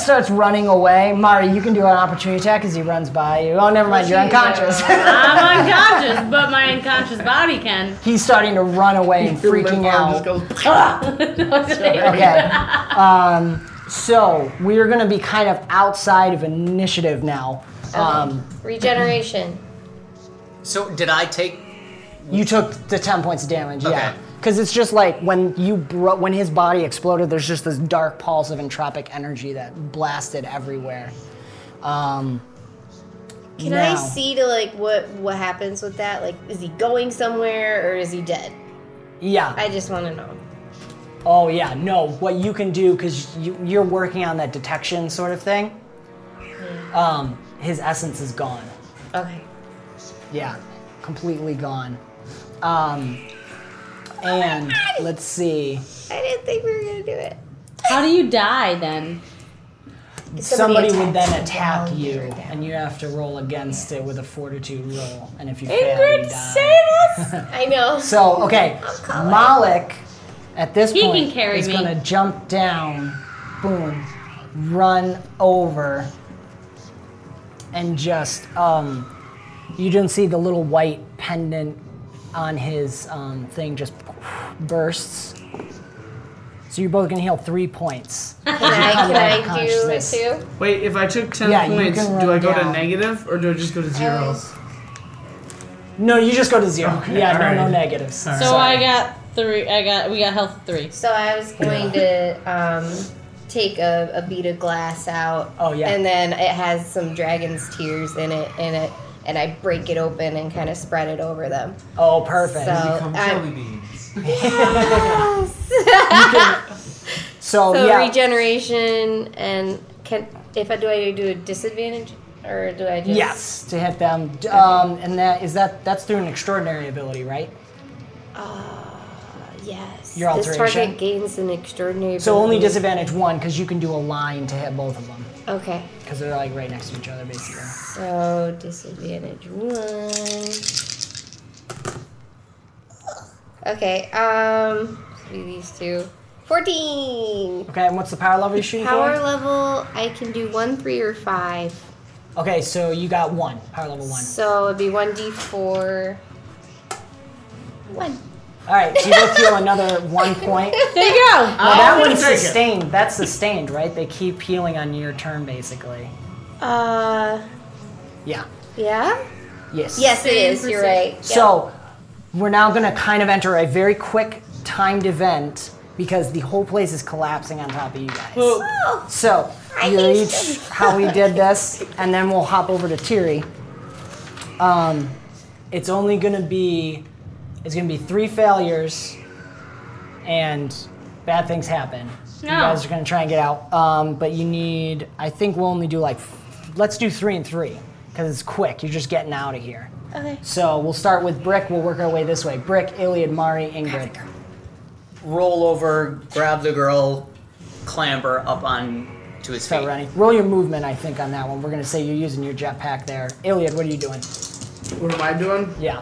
Speaker 3: Starts running away. Mari, you can do an opportunity attack as he runs by you. Oh, never mind, you're unconscious.
Speaker 9: I'm unconscious, but my unconscious body can.
Speaker 3: He's starting to run away and freaking out.
Speaker 4: Just goes,
Speaker 3: Okay. um, so we're gonna be kind of outside of initiative now. Um,
Speaker 5: Regeneration.
Speaker 8: So did I take?
Speaker 3: you took the ten points of damage, yeah.
Speaker 8: Okay.
Speaker 3: Because it's just like when you bro- when his body exploded, there's just this dark pulse of entropic energy that blasted everywhere. Um,
Speaker 5: Can
Speaker 3: now-
Speaker 5: I see to like what what happens with that? Like, is he going somewhere or is he dead?
Speaker 3: Yeah.
Speaker 5: I just want to know.
Speaker 3: Oh yeah, no. What you can do because you, you're working on that detection sort of thing. Um, his essence is gone.
Speaker 5: Okay.
Speaker 3: Yeah, completely gone. Um, and let's see.
Speaker 5: I didn't think we were gonna do it.
Speaker 9: How do you die then?
Speaker 5: Somebody
Speaker 3: Somebody,
Speaker 5: Oh,
Speaker 3: would
Speaker 5: attacks
Speaker 3: then attack
Speaker 5: down
Speaker 3: you,
Speaker 5: here, down.
Speaker 3: and you have to roll against it with a fortitude roll. And if you fail, you die.
Speaker 9: Ingrid, save us!
Speaker 5: I know.
Speaker 3: So okay, Malik at this
Speaker 9: He can
Speaker 3: point
Speaker 9: carry
Speaker 3: is
Speaker 9: me.
Speaker 3: gonna jump down, boom, run over, and just um, you don't see the little white pendant on his um, thing just bursts. So you're both gonna heal three points.
Speaker 5: Can I,
Speaker 3: come
Speaker 5: can
Speaker 3: out of
Speaker 5: I do it
Speaker 3: consciousness.
Speaker 5: too?
Speaker 4: Wait, if I took 10
Speaker 3: Yeah, you
Speaker 4: points,
Speaker 3: can
Speaker 4: do I
Speaker 3: run
Speaker 4: go
Speaker 3: down.
Speaker 4: to negative or do I just go to zero?
Speaker 3: No, you just go to zero. yeah, no,
Speaker 4: all
Speaker 3: no
Speaker 4: right.
Speaker 3: negatives.
Speaker 4: All right.
Speaker 9: So I got three. I got we got health three.
Speaker 5: So I was going to um, take a, a bead of glass out.
Speaker 3: Oh, yeah.
Speaker 5: And then it has some dragon's tears in it, in it, and I break it open and kind of spread it over them.
Speaker 3: Oh, perfect.
Speaker 5: So,
Speaker 10: Become jelly
Speaker 5: I'm,
Speaker 10: beans.
Speaker 3: So,
Speaker 5: so
Speaker 3: Oh, yeah,
Speaker 5: regeneration and can if I do I do a disadvantage or do I just
Speaker 3: Yes, to hit them. D- Um, and that is that. That's through an extraordinary ability, right?
Speaker 5: Yes.
Speaker 3: Your
Speaker 5: this
Speaker 3: alteration?
Speaker 5: target gains an extraordinary.
Speaker 3: So only
Speaker 5: ability.
Speaker 3: disadvantage one because you can do a line to hit both of them
Speaker 5: Okay.
Speaker 3: because they're like right next to each other, basically.
Speaker 5: So disadvantage one. Okay, um do these two. Fourteen.
Speaker 3: Okay, and what's the power level you're shooting
Speaker 5: Power
Speaker 3: for?
Speaker 5: level I can do one, three, or five.
Speaker 3: Okay, so you got one power level one.
Speaker 5: So it'd be one D four. One.
Speaker 3: All right, so you both heal another one point.
Speaker 9: There you go.
Speaker 3: Now that one's
Speaker 4: take it.
Speaker 3: sustained. That's sustained, right? They keep healing on your turn, basically.
Speaker 5: Uh
Speaker 3: Yeah.
Speaker 5: yeah?
Speaker 3: Yes.
Speaker 5: Yes it is, you're right. Yep.
Speaker 3: So we're now going to kind of enter a very quick timed event because the whole place is collapsing on top of you guys.
Speaker 5: Oh,
Speaker 3: So you
Speaker 5: think
Speaker 3: each how we did this, and then we'll hop over to Tiri. Um, it's only gonna be it's gonna be three failures, and bad things happen. You
Speaker 9: No.
Speaker 3: guys are gonna try and get out, um, but you need. I think we'll only do like f- let's do three and three because it's quick. You're just getting out of here.
Speaker 5: Okay.
Speaker 3: So we'll start with Brick. We'll work our way this way. Brick, Iliad, Mari, Ingrid.
Speaker 8: Roll over, grab the girl, clamber up on to his
Speaker 3: Start
Speaker 8: feet.
Speaker 3: running. Roll your movement. I think on that one. We're gonna say you're using your jetpack there. Iliad, what are you doing?
Speaker 4: What am I doing?
Speaker 3: Yeah.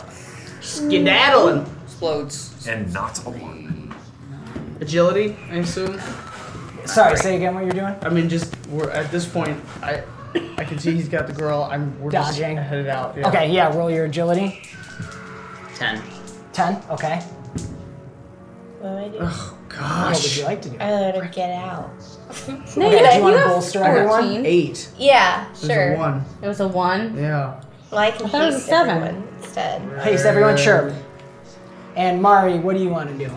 Speaker 4: Skedaddling.
Speaker 8: Explodes.
Speaker 6: And not a one.
Speaker 4: Agility, I assume.
Speaker 3: Sorry, say again what you're doing.
Speaker 4: I mean, just we're at this point. I I can see he's got the girl. I'm we're
Speaker 3: Dodging.
Speaker 4: just headed out. yeah.
Speaker 3: Okay, yeah, roll your agility.
Speaker 8: Ten.
Speaker 3: 10, okay.
Speaker 5: What am I doing?
Speaker 3: What would you like to do?
Speaker 5: I let her get out.
Speaker 9: No,
Speaker 4: Okay, do
Speaker 9: Uh, you have-
Speaker 4: you want to
Speaker 9: you have
Speaker 4: bolster everyone?
Speaker 9: 14.
Speaker 4: Eight.
Speaker 5: Yeah,
Speaker 4: There's
Speaker 5: sure.
Speaker 4: a one.
Speaker 9: It was a one.
Speaker 4: Yeah.
Speaker 5: Well, I can
Speaker 9: I thought it was a
Speaker 5: haste
Speaker 9: seven.
Speaker 5: everyone instead.
Speaker 3: Haste everyone, sure. And Mari, what do you want to do?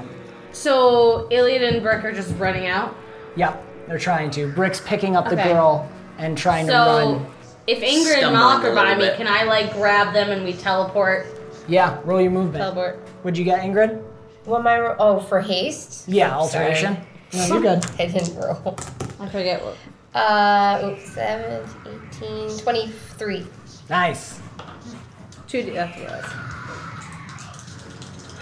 Speaker 9: So Iliad and Brick are just running out.
Speaker 3: Yep, they're trying to. Brick's picking up the
Speaker 9: Okay.
Speaker 3: girl and trying to
Speaker 9: So
Speaker 3: run.
Speaker 9: if Ingrid and
Speaker 11: Stumbling
Speaker 9: Malak
Speaker 11: a
Speaker 9: are
Speaker 11: little
Speaker 9: by me,
Speaker 11: bit.
Speaker 9: can I like grab them and we teleport?
Speaker 3: Yeah, roll your movement.
Speaker 9: Teleport.
Speaker 3: Would you get Ingrid?
Speaker 5: What my ro- oh for haste?
Speaker 3: Yeah, alteration. No, you're good.
Speaker 5: I didn't roll.
Speaker 9: I forget what.
Speaker 5: Uh, oops, 7, 18, 23.
Speaker 3: Nice.
Speaker 9: Two. D- That's what it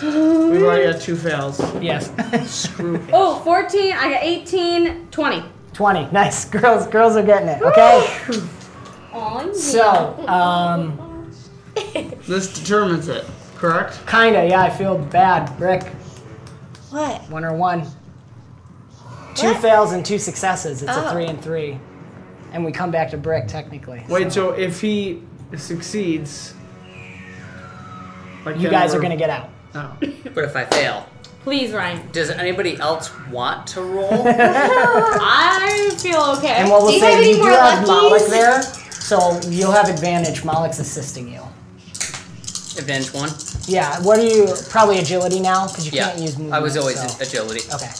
Speaker 9: was.
Speaker 4: We've already got two fails.
Speaker 3: Yes.
Speaker 4: Screw.
Speaker 9: Oh, 14. I got 18. 20.
Speaker 3: Twenty. Nice. Girls, girls are getting it. Okay.
Speaker 9: Oh, yeah.
Speaker 3: so, um,
Speaker 4: This determines it, correct?
Speaker 3: kinda. Yeah, I feel bad. Brick,
Speaker 5: What?
Speaker 3: one or one. Two fails and two successes. It's a
Speaker 5: Oh.
Speaker 3: three and three. And we come back to Brick technically.
Speaker 4: Wait, so if he succeeds, like
Speaker 3: you guys are gonna get out.
Speaker 4: No.
Speaker 11: But if I fail,
Speaker 9: Please, Ryan.
Speaker 11: does anybody else want to roll?
Speaker 9: I feel okay.
Speaker 3: And what we'll
Speaker 5: Do you
Speaker 3: say
Speaker 5: have
Speaker 3: is
Speaker 5: any
Speaker 3: you do
Speaker 5: more
Speaker 3: have Malik
Speaker 5: luckies?
Speaker 3: there, so you'll have advantage. Malik's assisting you.
Speaker 11: Advantage one.
Speaker 3: Yeah. What are you? Probably agility now because you
Speaker 11: Yeah,
Speaker 3: can't use movement.
Speaker 11: I was always
Speaker 3: so-
Speaker 11: agility.
Speaker 3: okay.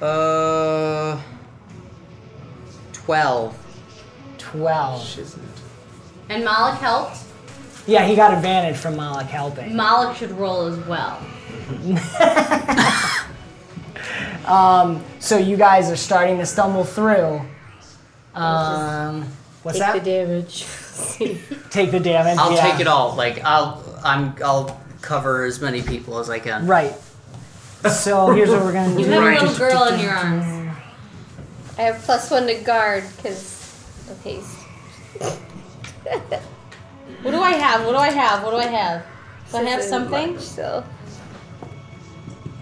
Speaker 11: Uh, twelve.
Speaker 3: Twelve.
Speaker 9: And Malik helped.
Speaker 3: Yeah, he got advantage from Malik helping.
Speaker 9: Malik should roll as well.
Speaker 3: So you guys are starting to stumble through. Um, what's
Speaker 5: Take the
Speaker 3: that?
Speaker 5: damage.
Speaker 3: take the damage.
Speaker 11: I'll
Speaker 3: yeah.
Speaker 11: take it all. Like I'll, I'm, I'll cover as many people as I can.
Speaker 3: Right. So here's what we're gonna
Speaker 9: You
Speaker 3: do.
Speaker 9: have a little girl in your arms.
Speaker 5: I have plus one to guard because of haste.
Speaker 9: What do I have? What do I have? What do I have? Do I have
Speaker 5: Isn't
Speaker 9: something?
Speaker 5: much, So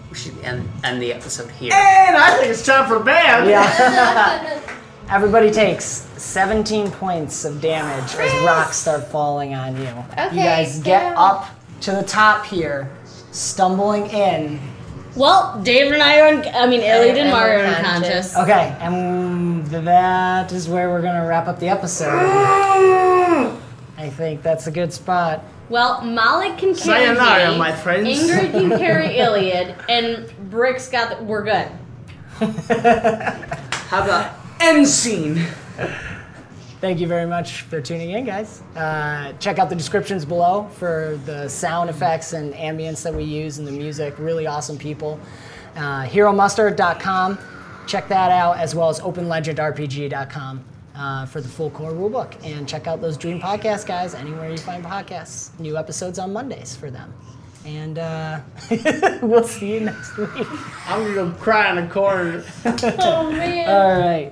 Speaker 11: We should end, end the episode here.
Speaker 4: And I think it's time for band.
Speaker 3: Yeah. Everybody takes 17 points of damage as rocks start falling on you. you
Speaker 5: Okay,
Speaker 3: guys get
Speaker 5: yeah.
Speaker 3: up to the top here, stumbling in.
Speaker 9: Well, David and I are. Un- I mean, Iliad and
Speaker 5: and
Speaker 9: Mario are
Speaker 5: unconscious.
Speaker 9: unconscious.
Speaker 3: Okay, and that is where we're gonna wrap up the episode. I think that's a good spot.
Speaker 9: Well, Malik can carry
Speaker 4: Sayonara,
Speaker 9: me.
Speaker 4: my friends.
Speaker 9: Ingrid can carry Iliad, and Brick's got. The- we're good.
Speaker 11: How about
Speaker 4: End scene.
Speaker 3: Thank you very much for tuning in, guys. Uh, check out the descriptions below for the sound effects and ambience that we use and the music. Really awesome people. Uh, HeroMustard.com. Check that out, as well as OpenLegendRPG.com uh, for the full core rulebook. And check out those Dream podcasts, guys, anywhere you find podcasts. New episodes on Mondays for them. And uh, we'll see you next week.
Speaker 4: I'm gonna go cry in the corner.
Speaker 12: Uh,
Speaker 3: All right.